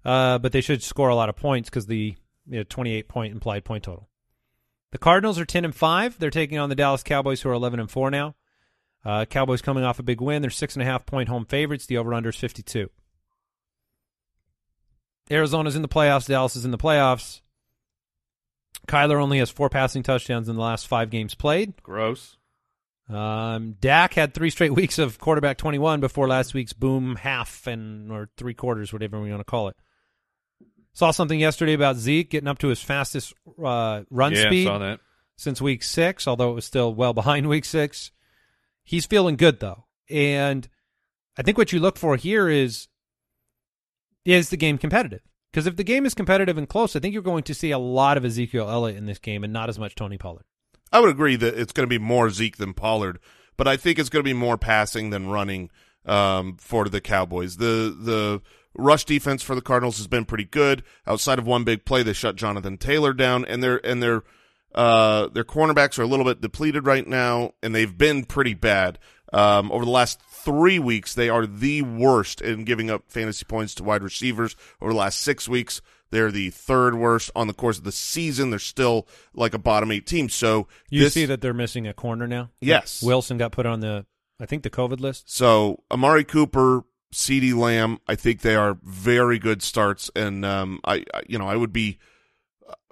Uh, but they should score a lot of points because the you know, 28 point implied point total. The Cardinals are 10 and five. They're taking on the Dallas Cowboys, who are 11 and four now. Uh, Cowboys coming off a big win. They're six and a half point home favorites. The over under is 52. Arizona's in the playoffs. Dallas is in the playoffs. Kyler only has four passing touchdowns in the last five games played. Gross. Um, Dak had three straight weeks of quarterback 21 before last week's boom half and or three quarters, whatever we want to call it. Saw something yesterday about Zeke getting up to his fastest uh, run yeah, speed saw that. since week six, although it was still well behind week six. He's feeling good though, and I think what you look for here is is the game competitive? Because if the game is competitive and close, I think you're going to see a lot of Ezekiel Elliott in this game, and not as much Tony Pollard. I would agree that it's going to be more Zeke than Pollard, but I think it's going to be more passing than running um, for the Cowboys. The the rush defense for the Cardinals has been pretty good. Outside of one big play, they shut Jonathan Taylor down, and their and their uh, their cornerbacks are a little bit depleted right now, and they've been pretty bad um, over the last three weeks. They are the worst in giving up fantasy points to wide receivers over the last six weeks. They're the third worst on the course of the season. They're still like a bottom eight team. So You this- see that they're missing a corner now. Yes. Wilson got put on the, I think the COVID list. So Amari Cooper, C.D. Lamb, I think they are very good starts, and um, I, I, you know, I would be,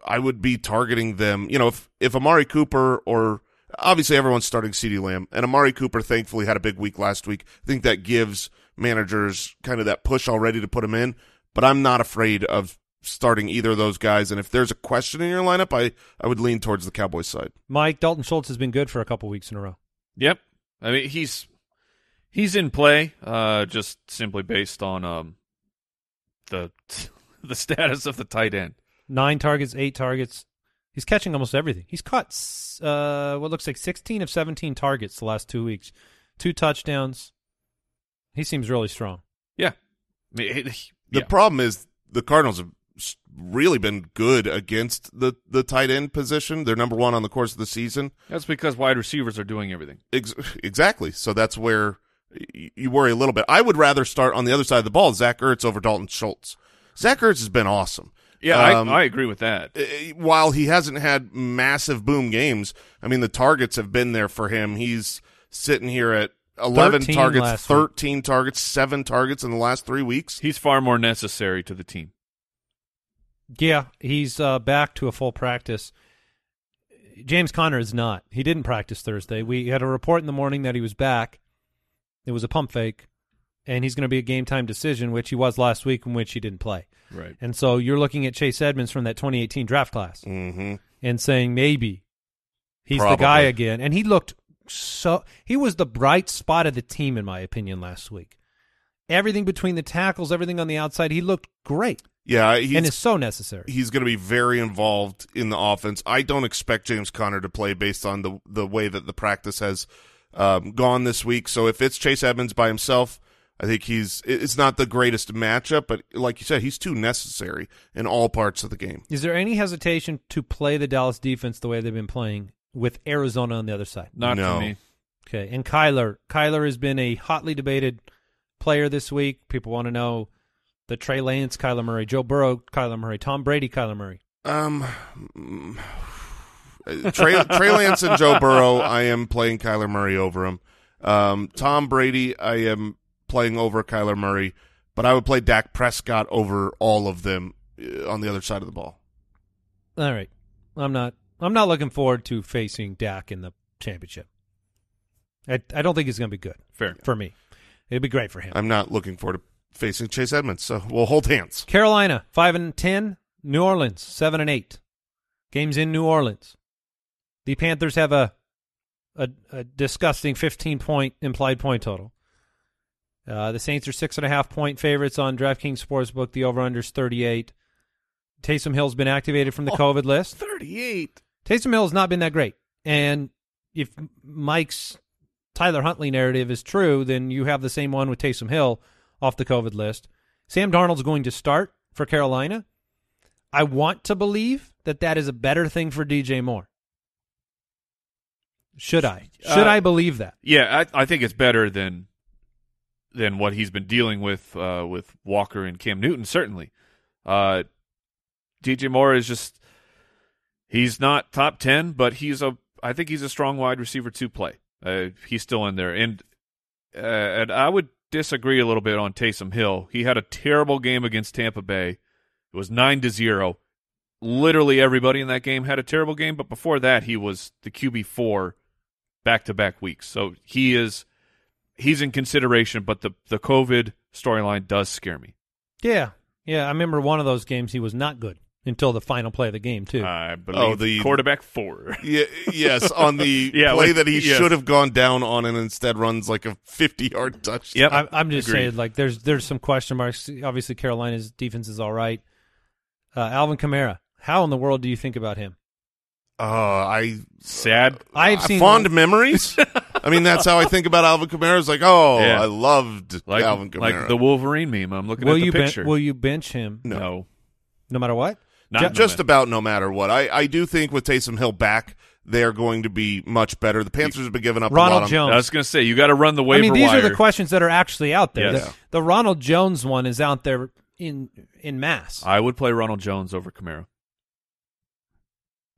I would be targeting them. You know, if if Amari Cooper or obviously everyone's starting C.D. Lamb, and Amari Cooper thankfully had a big week last week. I think that gives managers kind of that push already to put him in. But I'm not afraid of starting either of those guys, and if there's a question in your lineup, I I would lean towards the Cowboys side. Mike Dalton Schultz has been good for a couple weeks in a row. Yep. I mean, he's he's in play, uh, just simply based on um the the status of the tight end. Nine targets, eight targets. He's catching almost everything. He's caught s- uh, what looks like 16 of 17 targets the last two weeks, two touchdowns. He seems really strong. Yeah. I mean, it- he- The yeah. problem is the Cardinals have s- really been good against the the tight end position. They're number one on the course of the season. That's because wide receivers are doing everything. Ex- exactly. So that's where y- you worry a little bit. I would rather start on the other side of the ball, Zach Ertz over Dalton Schultz. Zach Ertz has been awesome. Um, I, I agree with that. uh, while he hasn't had massive boom games, I mean the targets have been there for him. He's sitting here at eleven 13 targets, last week. thirteen targets, seven targets in the last three weeks. He's far more necessary to the team. Yeah, he's uh, back to a full practice. James Conner is not. He didn't practice Thursday. We had a report in the morning that he was back. It was a pump fake, and he's going to be a game time decision, which he was last week, in which he didn't play. Right. And so you're looking at Chase Edmonds from that 2018 draft class Mm-hmm. and saying maybe he's the Probably. guy again. And he looked so he was the bright spot of the team in my opinion last week. Everything between the tackles, everything on the outside, he looked great Yeah, he's and is so necessary. he's going to be very involved in the offense. I don't expect James Conner to play based on the the way that the practice has um, gone this week. So if it's Chase Edmonds by himself, I think he's it- it's not the greatest matchup, but like you said, he's too necessary in all parts of the game. Is there any hesitation to play the Dallas defense the way they've been playing with Arizona on the other side? Not No. to me. Okay, and Kyler. Kyler has been a hotly debated player this week. People want to know the Trey Lance, Kyler Murray, Joe Burrow, Kyler Murray, Tom Brady, Kyler Murray. Um, mm, uh, Trey, Trey Lance and Joe Burrow, I am playing Kyler Murray over him. Um, Tom Brady, I am playing over Kyler Murray, but I would play Dak Prescott over all of them uh, on the other side of the ball. All right, I'm not. I'm not looking forward to facing Dak in the championship. I, I don't think he's going to be good. Fair. for me, it'd be great for him. I'm not looking forward to facing Chase Edmonds, so we'll hold hands. Carolina five and ten. New Orleans seven and eight. Games in New Orleans. The Panthers have a a, a disgusting fifteen point implied point total. Uh, the Saints are six and a half point favorites on DraftKings Sportsbook. The over under is thirty eight. Taysom Hill's been activated from the COVID list. 38. Taysom Hill has not been that great. And if Mike's Tyler Huntley narrative is true, then you have the same one with Taysom Hill off the COVID list. Sam Darnold's going to start for Carolina. I want to believe that that is a better thing for DJ Moore. Should I? Should Uh, I believe that? Yeah, I, I think it's better than than what he's been dealing with uh, with Walker and Cam Newton. Certainly, uh, DJ Moore is just he's not top ten, but he's a I think he's a strong wide receiver to play. Uh, he's still in there, and uh, and I would disagree a little bit on Taysom Hill. He had a terrible game against Tampa Bay. It was nine to zero. Literally everybody in that game had a terrible game, but before that, he was the QB four back to back weeks. So he is he's in consideration, but the the COVID storyline does scare me. Yeah. Yeah. I remember one of those games he was not good until the final play of the game, too. I believe Oh, the- quarterback four. Yeah, yes, on the Yeah, play like- that he yes. should have gone down on and instead runs like a 50 yard touchdown. Yep. I, I'm just Agreed. saying, like, there's there's some question marks. Obviously, Carolina's defense is all right. Uh, Alvin Kamara, how in the world do you think about him? Uh, I Sad. I've Uh, seen fond memories. I mean, that's how I think about Alvin Kamara. It's like, oh, Yeah. I loved Like Alvin Kamara. like the Wolverine meme. I'm looking will at the you ben- picture. will you bench him No. no. no matter what? Not Ju- no just matter. about no matter what. I, I do think with Taysom Hill back, they are going to be much better. The Panthers have been giving up a lot Ronald on- Jones. I was gonna say you gotta run the I waiver mean, these wire. are the questions that are actually out there. Yes. The, the Ronald Jones one is out there in in mass. I would play Ronald Jones over Camaro.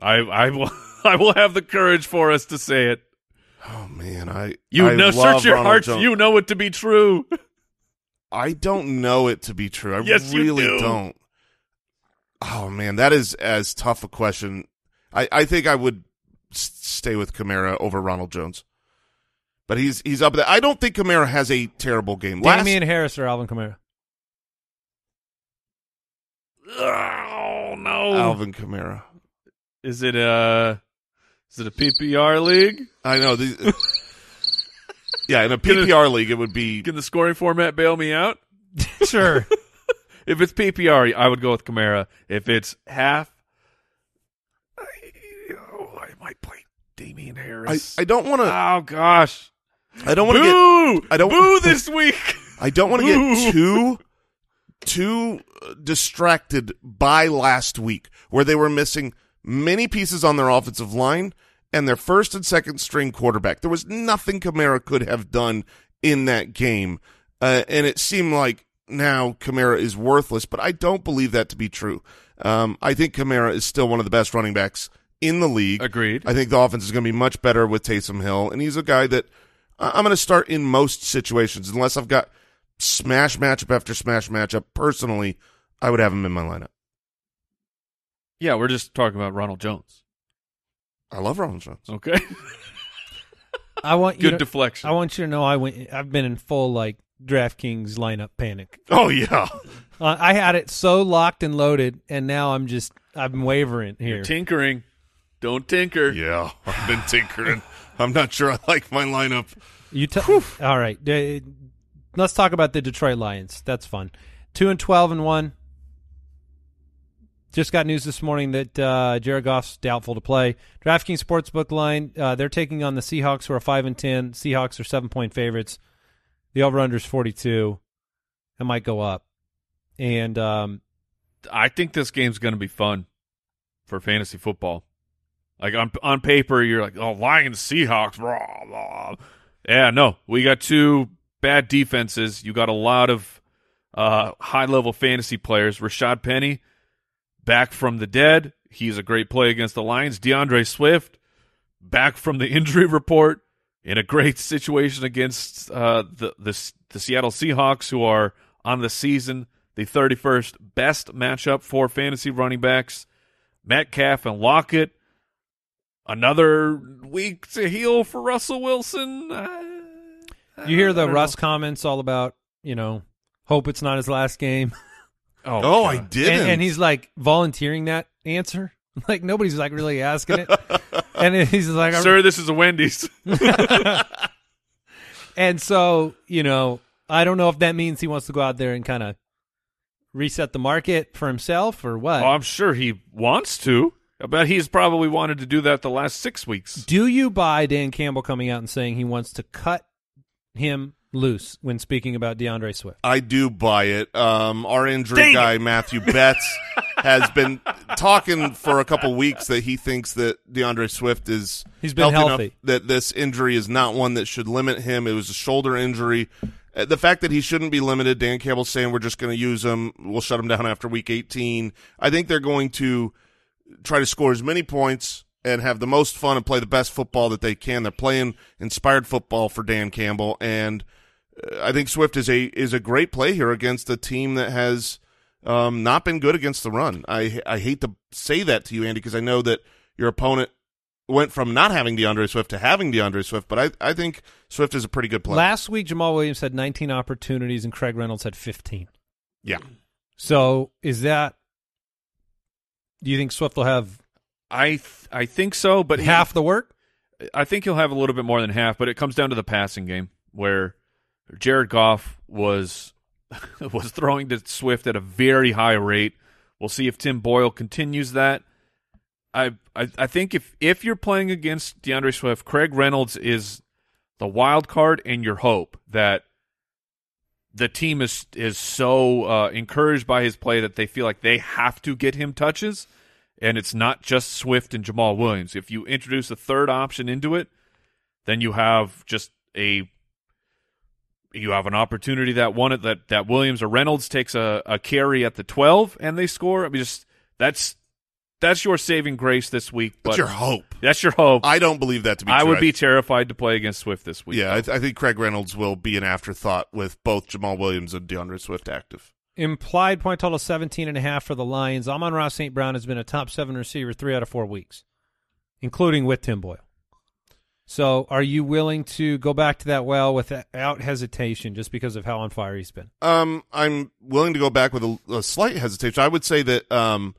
I I will I will have the courage for us to say it. Oh man, I You I know, love search your Ronald hearts. Jones. You know it to be true. I don't know it to be true. I Yes, you really do. not Oh man, that is as tough a question. I, I think I would s- stay with Kamara over Ronald Jones, but he's he's up there. I don't think Kamara has a terrible game. Last, Damian Harris or Alvin Kamara? Oh no! Alvin Kamara. Is it a is it a PPR league? I know. The, yeah, in a PPR league, it would be Can the scoring format bail me out? Sure. If it's PPR, I would go with Kamara. If it's half, I, oh, I might play Damian I, Harris. I don't want to. oh gosh! I don't want to get. Boo! I don't- boo this week. I don't want to Ooh. get too too uh, distracted by last week, where they were missing many pieces on their offensive line and their first and second string quarterback. There was nothing Kamara could have done in that game, uh, and it seemed like now Kamara is worthless. But I don't believe that to be true. Um, I think Kamara is still one of the best running backs in the league. Agreed. I think the offense is going to be much better with Taysom Hill, and he's a guy that I- I'm going to start in most situations, unless I've got smash matchup after smash matchup. Personally, I would have him in my lineup. yeah, we're just talking about Ronald Jones. I love Ronald Jones. Okay, I want you good to, deflection. I want you to know I went. I've been in full like DraftKings lineup panic. Oh yeah, Uh, I had it so locked and loaded, and now I'm just I'm wavering here. You're tinkering. Don't tinker. yeah. I've been tinkering. I'm not sure I like my lineup. You t- all right? d- Let's talk about the Detroit Lions. That's fun. Two and twelve and one. Just got news this morning that uh, Jared Goff's doubtful to play. DraftKings Sportsbook line. Uh, they're taking on the Seahawks, who are five and ten. Seahawks are seven point favorites. The over under is forty two. It might go up. And um, I think this game's going to be fun for fantasy football. Like on on paper, you're like, oh, Lions Seahawks, blah, blah. Yeah, no, we got two bad defenses. You got a lot of uh, high level fantasy players. Rashad Penny back from the dead. He's a great play against the Lions. DeAndre Swift back from the injury report in a great situation against uh, the, the the Seattle Seahawks, who are on the season the 31st best matchup for fantasy running backs. Metcalf and Lockett. Another week to heal for Russell Wilson. I- I You hear don't- Uh, the I don't Russ comments all about, you know, hope it's not his last game. know. Oh, Oh, I God. didn't. and, and he's like volunteering that answer. Like nobody's like really asking it. and he's like, I- sir, this is a Wendy's. and so, you know, I don't know if that means he wants to go out there and kind of reset the market for himself or what. Oh, I'm sure he wants to. I bet he's probably wanted to do that the last six weeks. Do you buy Dan Campbell coming out and saying he wants to cut him loose when speaking about DeAndre Swift? I do buy it. Um, our injury guy Matthew Betts has been talking for a couple weeks that he thinks that DeAndre Swift is He's been enough healthy. that this injury is not one that should limit him. It was a shoulder injury. Uh, The fact that he shouldn't be limited, Dan Campbell's saying we're just going to use him. We'll shut him down after week 18. I think they're going to try to score as many points and have the most fun and play the best football that they can. They're playing inspired football for Dan Campbell, and uh, I think Swift is a is a great play here against a team that has um, not been good against the run. I I hate to say that to you, Andy, because I know that your opponent went from not having DeAndre Swift to having DeAndre Swift, but I I think Swift is a pretty good play. Last week, Jamal Williams had 19 opportunities and Craig Reynolds had 15. yeah, So is that? Do you think Swift will have I th- I think so, but he- half the work? I think he'll have a little bit more than half, but it comes down to the passing game where Jared Goff was was throwing to Swift at a very high rate. We'll see if Tim Boyle continues that. I I, I think if if you're playing against DeAndre Swift, Craig Reynolds is the wild card and your hope that the team is is so uh, encouraged by his play that they feel like they have to get him touches and it's not just Swift and Jamal Williams. If you introduce a third option into it, then you have just a you have an opportunity that one that that Williams or Reynolds takes a, a carry at the twelve and they score. I mean, just that's that's your saving grace this week. But that's your hope. that's your hope. I, I don't believe that to be. true. would be terrified to play against Swift this week. Yeah, I, th- I think Craig Reynolds will be an afterthought with both Jamal Williams and DeAndre Swift active. Implied point total 17 and a half for the Lions. Amon Ross St. Brown has been a top seven receiver three out of four weeks, including with Tim Boyle. So are you willing to go back to that well without hesitation just because of how on fire he's been? Um, I'm willing to go back with a, a slight hesitation. I would say that um,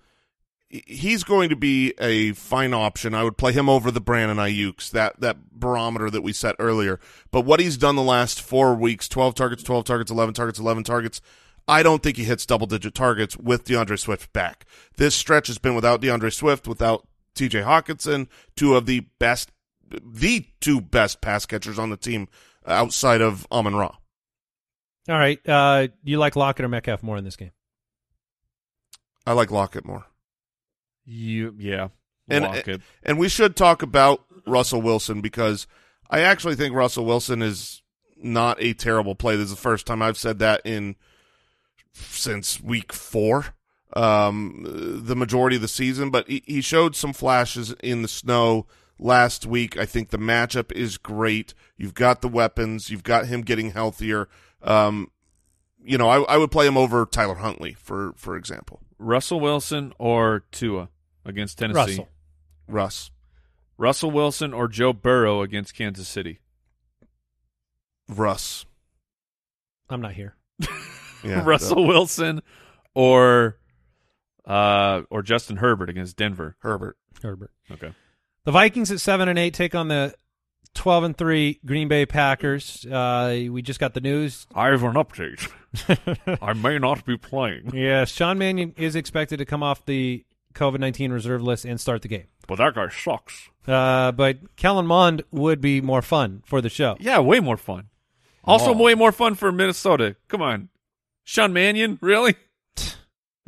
he- he's going to be a fine option. I would play him over the Brandon Ayuk's that that barometer that we set earlier. But what he's done the last four weeks: twelve targets, twelve targets, eleven targets, eleven targets. I don't think he hits double digit targets with DeAndre Swift back. This stretch has been without DeAndre Swift, without TJ Hawkinson, two of the best, the two best pass catchers on the team outside of Amon Ra. All right. Uh, you like Lockett or Metcalf more in this game? I like Lockett more. you, yeah, and, uh, Lock it. And we should talk about Russell Wilson because I actually think Russell Wilson is not a terrible play. This is the first time I've said that in since week four, um, the majority of the season. But he, he showed some flashes in the snow last week. I think the matchup is great. You've got the weapons. You've got him getting healthier. Um, you know, I, I would play him over Tyler Huntley, for for example. Russell Wilson or Tua against Tennessee. Russell. Russ, Russell Wilson or Joe Burrow against Kansas City. Russ, I'm not here. yeah, Russell Wilson or uh or Justin Herbert against Denver. Herbert. Herbert. Okay. The Vikings at seven and eight take on the twelve and three Green Bay Packers. Uh, we just got the news. I have an update. I may not be playing, Yeah, Sean Mannion is expected to come off the COVID nineteen reserve list and start the game. but that guy sucks. Uh, but Kellen Mond would be more fun for the show. Yeah, way more fun. Oh. Also, way more fun for Minnesota. Come on, Sean Mannion, really?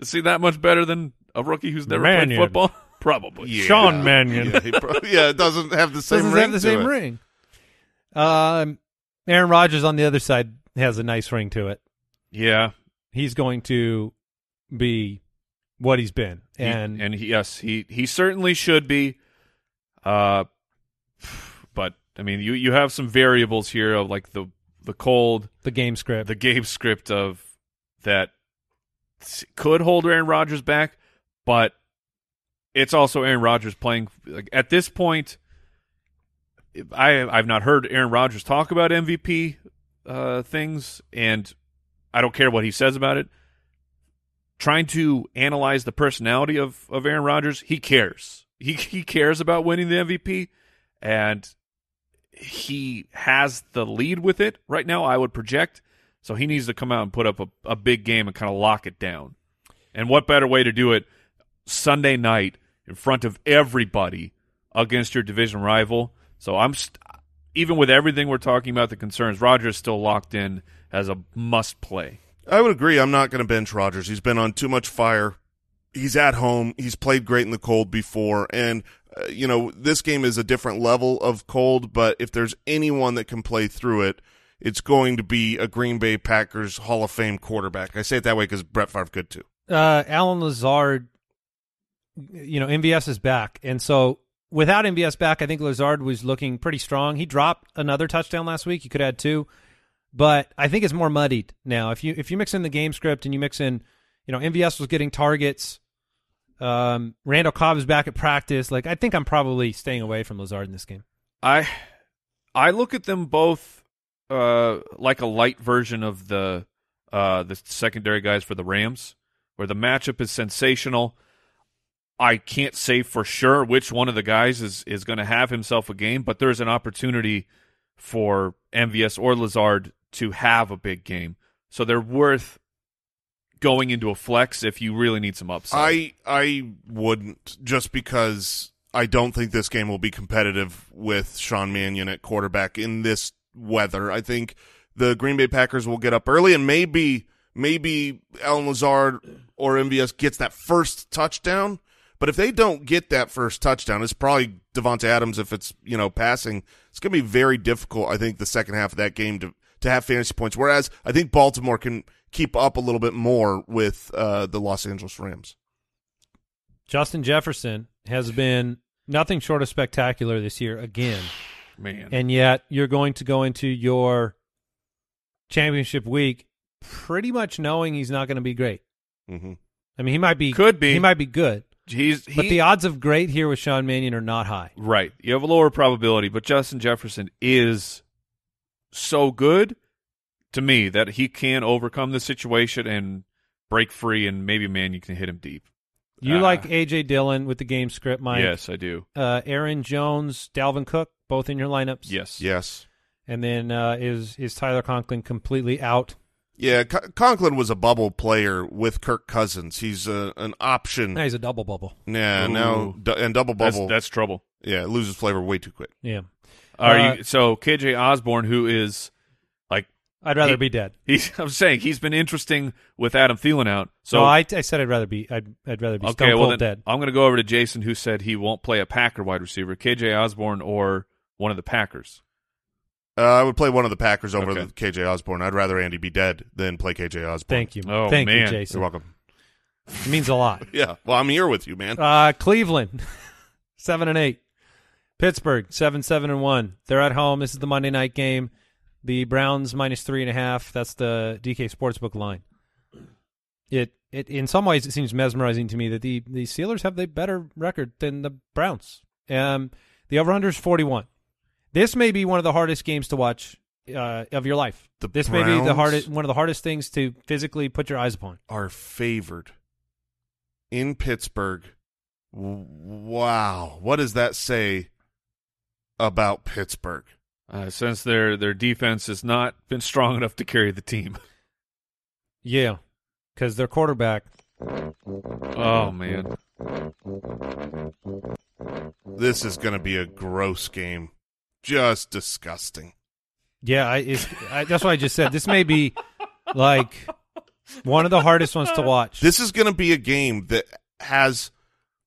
Is he that much better than a rookie who's never Mannion. played football? Probably. Sean Mannion Yeah, he pro- yeah, it doesn't have the same doesn't ring. have the to same it. ring. Um, Aaron Rodgers on the other side has a nice ring to it. Yeah, He's going to be what he's been, He- and and he, yes, he he certainly should be. Uh, but I mean, you you have some variables here of like the the cold, the game script. the game script of that s- could hold Aaron Rodgers back, but it's also Aaron Rodgers playing like, at this point. I I've not heard Aaron Rodgers talk about MVP uh, things, and I don't care what he says about it. Trying to analyze the personality of of Aaron Rodgers, he cares. He he cares about winning the MVP, and he has the lead with it right now. I would project, so he needs to come out and put up a, a big game and kind of lock it down. And what better way to do it Sunday night in front of everybody against your division rival? So I'm st- even with everything we're talking about, the concerns. Rogers still locked in as a must play. I would agree. I'm not going to bench Rodgers. He's been on too much fire. He's at home. He's played great in the cold before. And, uh, you know, this game is a different level of cold, but if there's anyone that can play through it, it's going to be a Green Bay Packers Hall of Fame quarterback. I say it that way because Brett Favre could too. uh, Alan Lazard, you know, MVS is back. And so without MVS back, I think Lazard was looking pretty strong. He dropped another touchdown last week. He could add two, but I think it's more muddied now. If you if you mix in the game script and you mix in, you know, MVS was getting targets. Um, Randall Cobb is back at practice. Like I think I'm probably staying away from Lazard in this game. I I look at them both uh, like a light version of the uh, the secondary guys for the Rams, where the matchup is sensational. I can't say for sure which one of the guys is is going to have himself a game, but there's an opportunity for MVS or Lazard to have a big game, so they're worth going into a flex if you really need some upside. I, I wouldn't just because I don't think this game will be competitive with Sean Mannion at quarterback in this weather. I think the Green Bay Packers will get up early and maybe maybe Alan Lazard or MVS gets that first touchdown. But if they don't get that first touchdown, it's probably Devonta Adams if it's, you know, passing. It's going to be very difficult, I think, the second half of that game to, to have fantasy points. Whereas I think Baltimore can keep up a little bit more with uh, the Los Angeles Rams. Justin Jefferson has been nothing short of spectacular this year again. Man, and yet you're going to go into your championship week pretty much knowing he's not going to be great. Mm-hmm. I mean, he might be Could be. he might be good, he's he, but the odds of great here with Sean Mannion are not high. Right. You have a lower probability, but Justin Jefferson is so good to me that he can overcome the situation and break free and maybe man you can hit him deep. You Ah. like AJ Dillon with the game script, Mike? Yes, I do. Uh, Aaron Jones, Dalvin Cook, both in your lineups. Yes. Yes. And then uh, is is Tyler Conklin completely out? Yeah, Co- Conklin was a bubble player with Kirk Cousins. He's a, an Hmm. option. Now he's a double bubble. Yeah, Ooh. now du- and double That's, bubble. that's trouble. yeah, it loses flavor way too quick. Yeah, Are Uh, you so KJ Osborne who is I'd rather He- be dead. he's I'm saying he's been interesting with Adam Thielen out. So So no, I, I said I'd rather be I'd, I'd rather be stone okay, well cold then, dead. I'm going to go over to Jason who said he won't play a Packer wide receiver, KJ Osborne or one of the Packers. Uh, I would play one of the Packers over Okay. the KJ Osborne. I'd rather Andy be dead than play KJ Osborne. Thank you. Oh, Thank you, man. Jason. You're welcome. It means a lot. Yeah, well, I'm here with you, man. Uh, Cleveland, seven and eight. Pittsburgh, seven, seven and one. They're at home. This is the Monday night game. The Browns minus three and a half. That's the DK Sportsbook line. It it in some ways it seems mesmerizing to me that the the Steelers have the better record than the Browns. Um, the over under is forty one. This may be one of the hardest games to watch uh, of your life. The this may be the Browns? hardest one of the hardest things to physically put your eyes upon. Are favored in Pittsburgh. W- Wow, what does that say about Pittsburgh? Uh, since their their defense has not been strong enough to carry the team. Yeah, because their quarterback Oh man. This is going to be a gross game. Just disgusting. Yeah, I, it's, I, that's what I just said. This may be like one of the hardest ones to watch. This is going to be a game that has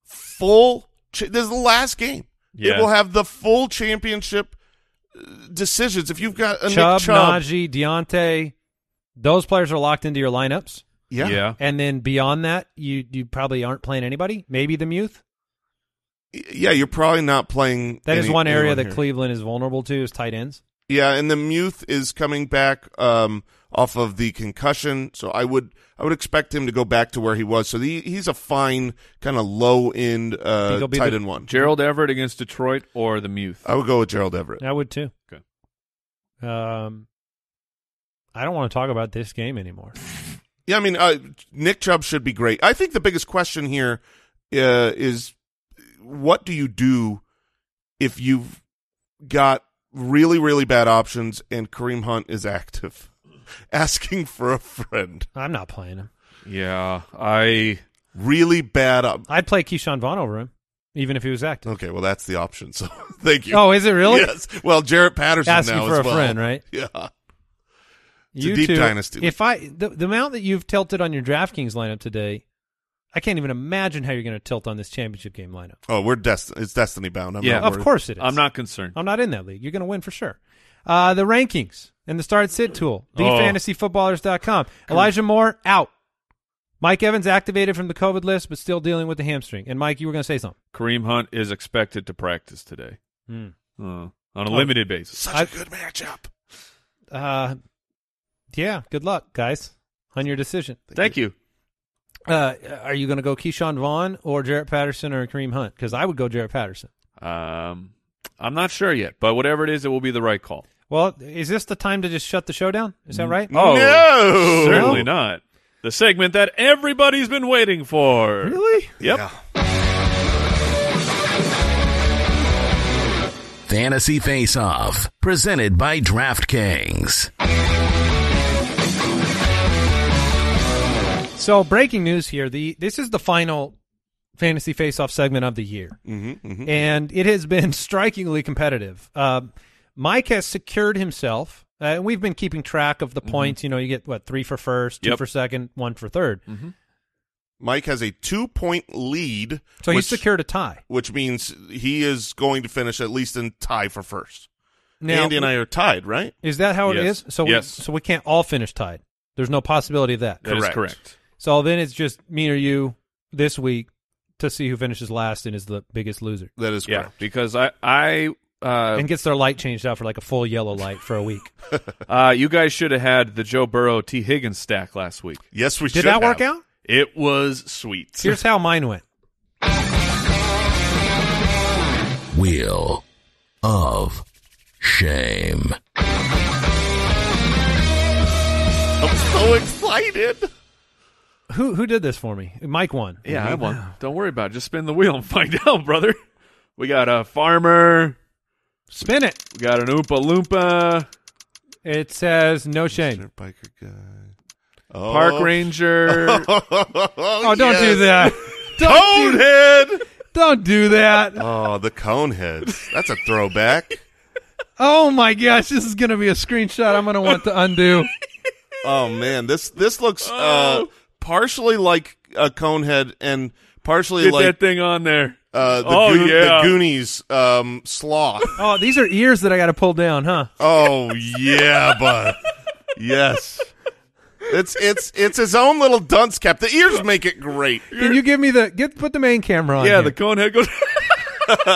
full. Ch- this is the last game. Yeah. It will have the full championship uh, decisions. If you've got a Chubb, uh, Nick Chubb, Najee, Deontay, those players are locked into your lineups. yeah, yeah. And then beyond that, you you probably aren't playing anybody. Maybe the Muth. yeah, you're probably not playing. That is any- one area anyone that here. Cleveland is vulnerable to is tight ends. Yeah, and the Muth is coming back um, off of the concussion, so I would I would expect him to go back to where he was. So he, he's a fine kind of low end Think uh, he'll be tight the- end one. Gerald Everett against Detroit or the Muth. I would go with Gerald Everett. I would too. Okay. Um, I don't want to talk about this game anymore. Yeah, I mean uh, Nick Chubb should be great. I think the biggest question here uh, is what do you do if you've got really really bad options and Kareem Hunt is active, asking for a friend. I'm not playing him. Yeah, I Really bad op- I'd play Keyshawn Vaughn over him, even if he was active. Okay, well that's the option. So thank you. Oh, is it really? Yes. Well, Jarrett Patterson Asking now for as a well. friend, right? Yeah. It's a you deep two, dynasty league. If I the, the amount that you've tilted on your DraftKings lineup today, I can't even imagine how you're going to tilt on this championship game lineup. Oh, we're destined. It's destined bound. I'm Yeah. not of worried. course it is. I'm not concerned. I'm not in that league. You're going to win for sure. Uh, the rankings and the start sit tool, Oh. thefantasyfootballers.com. Elijah Moore out. Mike Evans activated from the COVID list, but still dealing with the hamstring. And Mike, you were going to say something. Kareem Hunt is expected to practice today Hmm. uh, on a limited basis. Such I- a good matchup. Uh, yeah. Good luck, guys, on your decision. Thank you. Uh, are you going to go Keyshawn Vaughn or Jarrett Patterson or Kareem Hunt? Because I would go Jarrett Patterson. Um, I'm not sure yet, but whatever it is, it will be the right call. Well, is this the time to just shut the show down? Is Mm. that right? Oh, no. certainly not. The segment that everybody's been waiting for. Really? Yep. Fantasy Face Off, presented by DraftKings. So, breaking news here. The this is the final fantasy face-off segment of the year, Mm-hmm, mm-hmm. and it has been strikingly competitive. Um, Mike has secured himself, uh, and we've been keeping track of the Mm-hmm. points. You know, you get what three for first, two Yep. for second, one for 3rd Mm. Mike has a two point lead. So which, he's secured a tie. which means he is going to finish at least in tie for first. Now, Andy and I are tied, right? is that how Yes. it is? So Yes. we, so we can't all finish tied. There's no possibility of that. That is Correct. correct. So then it's just me or you this week to see who finishes last and is the biggest loser That is Yeah, correct. because I, I, uh, and gets their light changed out for like a full yellow light for a week. uh, you guys should have had the Joe Burrow T Higgins stack last week. Yes, we Did should. that work have. out? It was sweet. Here's how mine went. Wheel of Shame. I'm so excited. Who who did this for me? Mike won. Yeah, I won. Don't worry about it. Just spin the wheel and find out, brother. We got a farmer. Spin it. We got an Oompa Loompa. It says no shame. Biker guy. Park Oh. Ranger. oh, Oh, don't yes. do that. Don't do, Conehead. don't do that. Oh, the Coneheads. That's a throwback. Oh my gosh, this is gonna be a screenshot. I'm gonna want to undo. Oh man, this this looks uh, partially like a Conehead and partially Get that like thing on there. uh, the, oh, Goon- yeah. the Goonies um, sloth. Oh, these are ears that I got to pull down, huh? Oh yeah, bud. Yes. It's it's it's his own little dunce cap. The ears make it great. Can you give me the get put the main camera on? yeah, here. the cone head goes.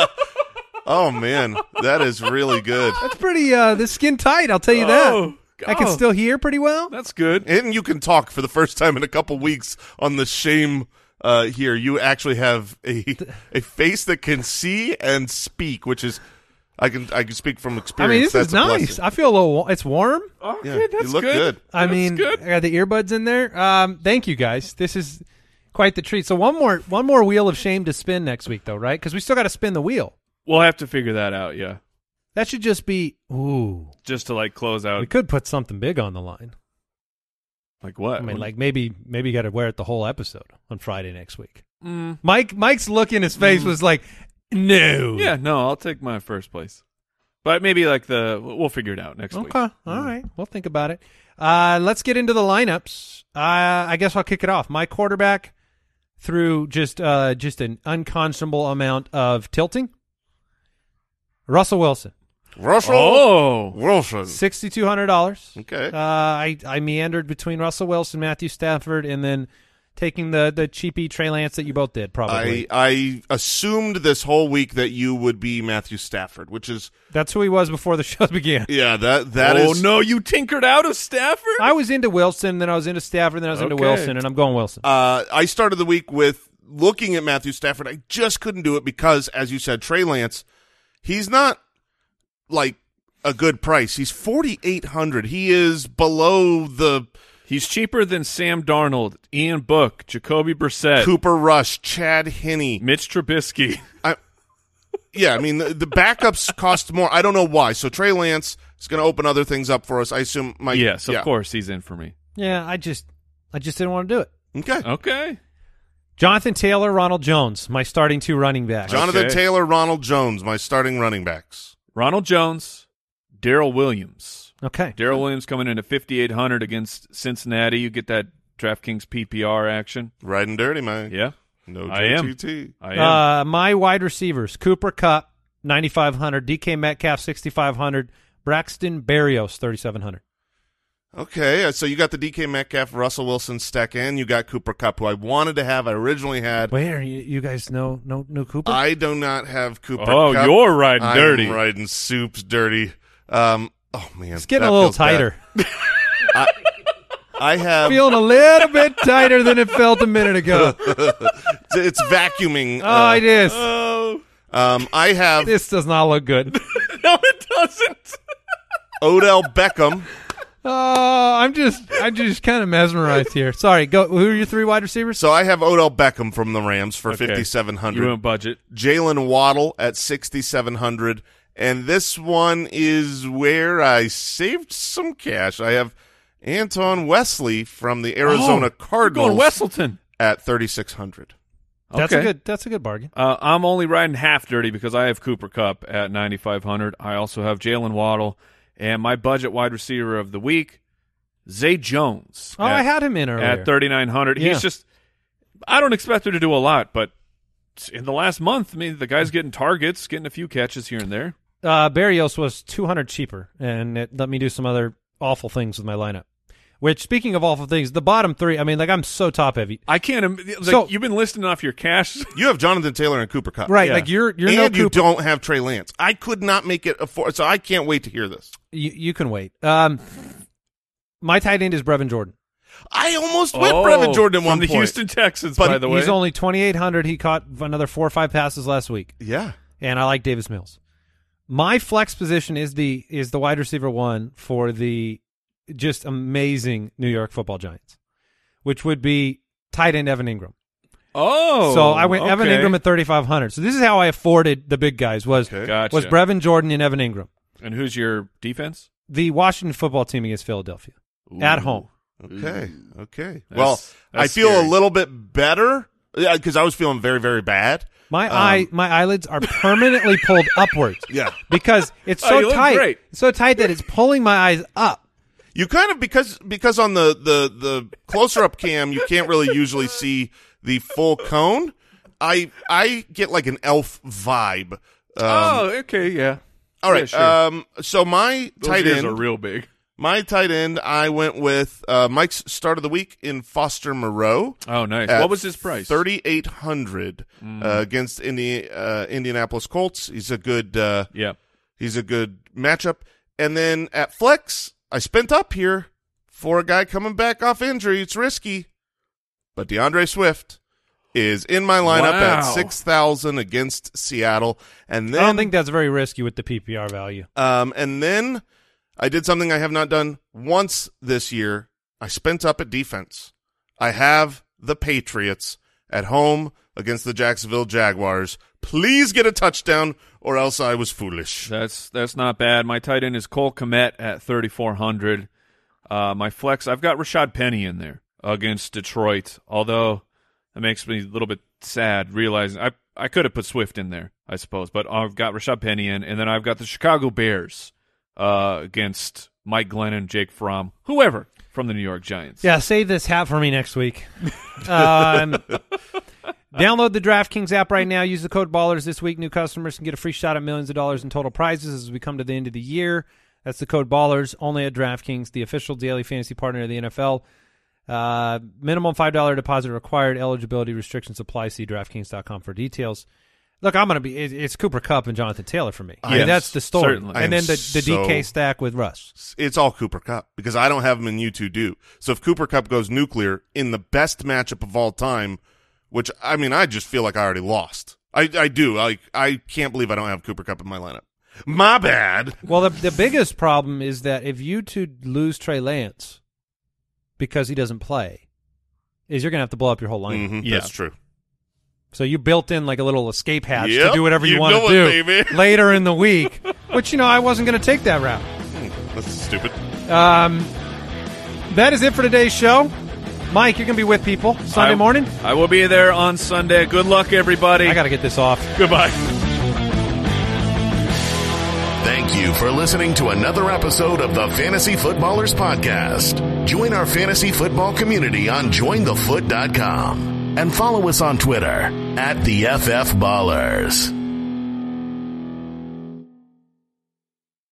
Oh man, that is really good. That's pretty. Uh, the skin tight. I'll tell you that. Oh, I can oh. still hear pretty well. That's good. And you can talk for the first time in a couple weeks on the shame uh, here. You actually have a a face that can see and speak, which is I can I can speak from I experience. mean, this That's is a blessing. nice. I feel a little. wa- It's warm. Oh, Yeah, good. That's you look good. good. I That's mean, good. I got the earbuds in there. Um, thank you guys. This is quite the treat. So one more, one more wheel of shame to spin next week, though, right? Because we still got to spin the wheel. We'll have to figure that out. Yeah, That should just be. Ooh, just to like close out. we could put something big on the line. Like what? I mean, like maybe, maybe you got to wear it the whole episode on Friday next week. Mm. Mike, Mike's look in his face was like, no. Yeah, no, I'll take my first place. But maybe like the we'll figure it out next week. Mm. Okay. all right. We'll think about it. Uh, let's get into the lineups. Uh, I guess I'll kick it off. My quarterback through just uh, just an unconscionable amount of tilting. Russell Wilson. Russell Oh, Wilson. Sixty two hundred dollars. Okay. Uh, I I meandered between Russell Wilson, Matthew Stafford, and then taking the the cheapy Trey Lance that you both did. Probably I I assumed this whole week that you would be Matthew Stafford, which is that's who he was before the show began. yeah that that is oh no, you tinkered out of Stafford. I was into Wilson, then I was into Stafford, then I was into Okay. Wilson, and I'm going Wilson. Uh, I started the week with looking at Matthew Stafford. I just couldn't do it because, as you said, Trey Lance, he's not like a good price. He's forty eight hundred. He is below the He's cheaper than Sam Darnold, Ian Book, Jacoby Brissett, Cooper Rush, Chad Henney. Mitch Trubisky. Yeah, I mean the, the backups cost more. I don't know why. So Trey Lance is going to open other things up for us. I assume. Mike, yes, of yeah. course he's in for me. yeah, I just I just didn't want to do it. Okay. Uh, Okay. Jonathan Taylor, Ronald Jones, my starting two running backs. Jonathan Okay. Taylor, Ronald Jones, my starting running backs. Ronald Jones, Daryl Williams. okay, Daryl Williams coming in at 5,800 against Cincinnati. You get that DraftKings PPR action. Riding dirty, man. Yeah, No I am. JTT. I am. uh, my wide receivers: Cooper Cup, ninety five hundred; DK Metcalf, sixty five hundred; Braxton Berrios, thirty seven hundred. Okay, uh, so you got the DK Metcalf, Russell Wilson stack, and you got Cooper Cup, who I wanted to have. I originally had. Where you, you guys know no no Cooper? I do not have Cooper. Oh, Kupp. you're riding I'm dirty. Riding soups dirty. Um. Oh man, it's getting a that little feels bad. tighter, I have. feeling a little bit tighter than it felt a minute ago. it's vacuuming. uh, Oh, it is. oh, um, I have This does not look good. no, it doesn't. Odell Beckham. Oh, I'm just I'm just kind of mesmerized here. Sorry, go. Who are your three wide receivers? So I have Odell Beckham from the Rams for Okay. fifty seven You hundred. went budget. Jalen Waddle at 6,700. And this one is where I saved some cash. I have Anton Wesley from the Arizona Oh, Cardinals Going Wesselton. at 3,600. That's a Okay. good. That's a good bargain. Uh, I'm only riding half dirty because I have Cooper Cup at 9,500. I also have Jalen Waddle and my budget wide receiver of the week, Zay Jones. Oh, at- I had him in earlier. at 3,900. Yeah. He's just, I don't expect him to do a lot, but in the last month, I mean, the guy's getting targets, getting a few catches here and there. uh, Barrios was 200 cheaper, and it let me do some other awful things with my lineup. Which, speaking of awful things, the bottom three, I mean, like, I'm so top heavy. I can't. im- Like, So- you've been listing off your cash. You have Jonathan Taylor and Cooper Cup. Right. Yeah. Like, you're, you're and no you Cooper. don't have Trey Lance. I could not make it afford. So I can't wait to hear this. You, you can wait. Um, my tight end is Brevin Jordan. I almost went Oh, Brevin Jordan at from one the point. Houston Texans, But by the way. He's only 2,800. He caught another four or five passes last week, Yeah. and I like Davis Mills. My flex position is the is the wide receiver one for the just amazing New York Football Giants, which would be tight end Evan Ingram. oh, So I went okay. Evan Ingram at 3,500. So this is how I afforded the big guys was Gotcha. was Brevin Jordan and Evan Ingram. and who's your defense? The Washington football team against Philadelphia at home. Okay. Okay. That's- well, I that's feel scary. a little bit better because I was feeling very, very bad. My Um, eye, my eyelids are permanently pulled upwards Yeah. because it's Oh, so you look tight, great. It's so tight that it's pulling my eyes up. You kind of because because on the the the closer up cam you can't really usually see the full cone. I I get like an elf vibe. Um, oh, okay, yeah. all right. yeah, sure. Um, so my Those tight ears end, are real big. my tight end, I went with uh, Mike's start of the week in Foster Moreau. Oh, nice. at What was his price? Mm. Thirty eight hundred uh, against Indi- uh, Indianapolis Colts. He's a good uh, Yeah. He's a good matchup. And then at flex, I spent up here for a guy coming back off injury. It's risky, but DeAndre Swift is in my lineup at Wow. six thousand against Seattle. And I don't then, think that's very risky with the PPR value. um, and then I did something I have not done once this year. I spent up at defense. I have the Patriots at home against the Jacksonville Jaguars. Please get a touchdown, or else I was foolish. That's that's not bad. My tight end is Cole Komet at 3,400. Uh, my flex, I've got Rashad Penny in there against Detroit, although that makes me a little bit sad realizing I, I could have put Swift in there, I suppose, but I've got Rashad Penny in, and then I've got the Chicago Bears uh, against Mike Glennon, Jake Fromm, whoever from the New York Giants. Yeah, save this hat for me next week. um, Download the DraftKings app right now. Use the code BALLERS this week. New customers can get a free shot at millions of dollars in total prizes as we come to the end of the year. That's the code BALLERS only at DraftKings, the official daily fantasy partner of the NFL. Uh, minimum $5 deposit required. Eligibility restrictions apply. See DraftKings.com for details. Look, I'm going to be. it- It's Cooper Cup and Jonathan Taylor for me. I mean, Yes, that's the story. certainly. I am And then the, the DK so- stack with Russ. it's all Cooper Cup because I don't have him in you two do. So if Cooper Cup goes nuclear in the best matchup of all time, which I mean, I just feel like I already lost. I, I do. Like I can't believe I don't have Cooper Cup in my lineup. My bad. Well, the, the biggest problem is that if you two lose Trey Lance because he doesn't play, is you're going to have to blow up your whole lineup. Mhm, Yeah. That's true. So you built in like a little escape hatch to Yep, do whatever you, you want know to it, do baby. later in the week. Which you know I wasn't going to take that route. That's stupid. Um, that is it for today's show. Mike, you're going to be with people Sunday I- morning. I will be there on Sunday. Good luck, everybody. I got to get this off. Goodbye. Thank you for listening to another episode of the Fantasy Footballers Podcast. Join our fantasy football community on jointhefoot.com and follow us on Twitter at the FF Ballers.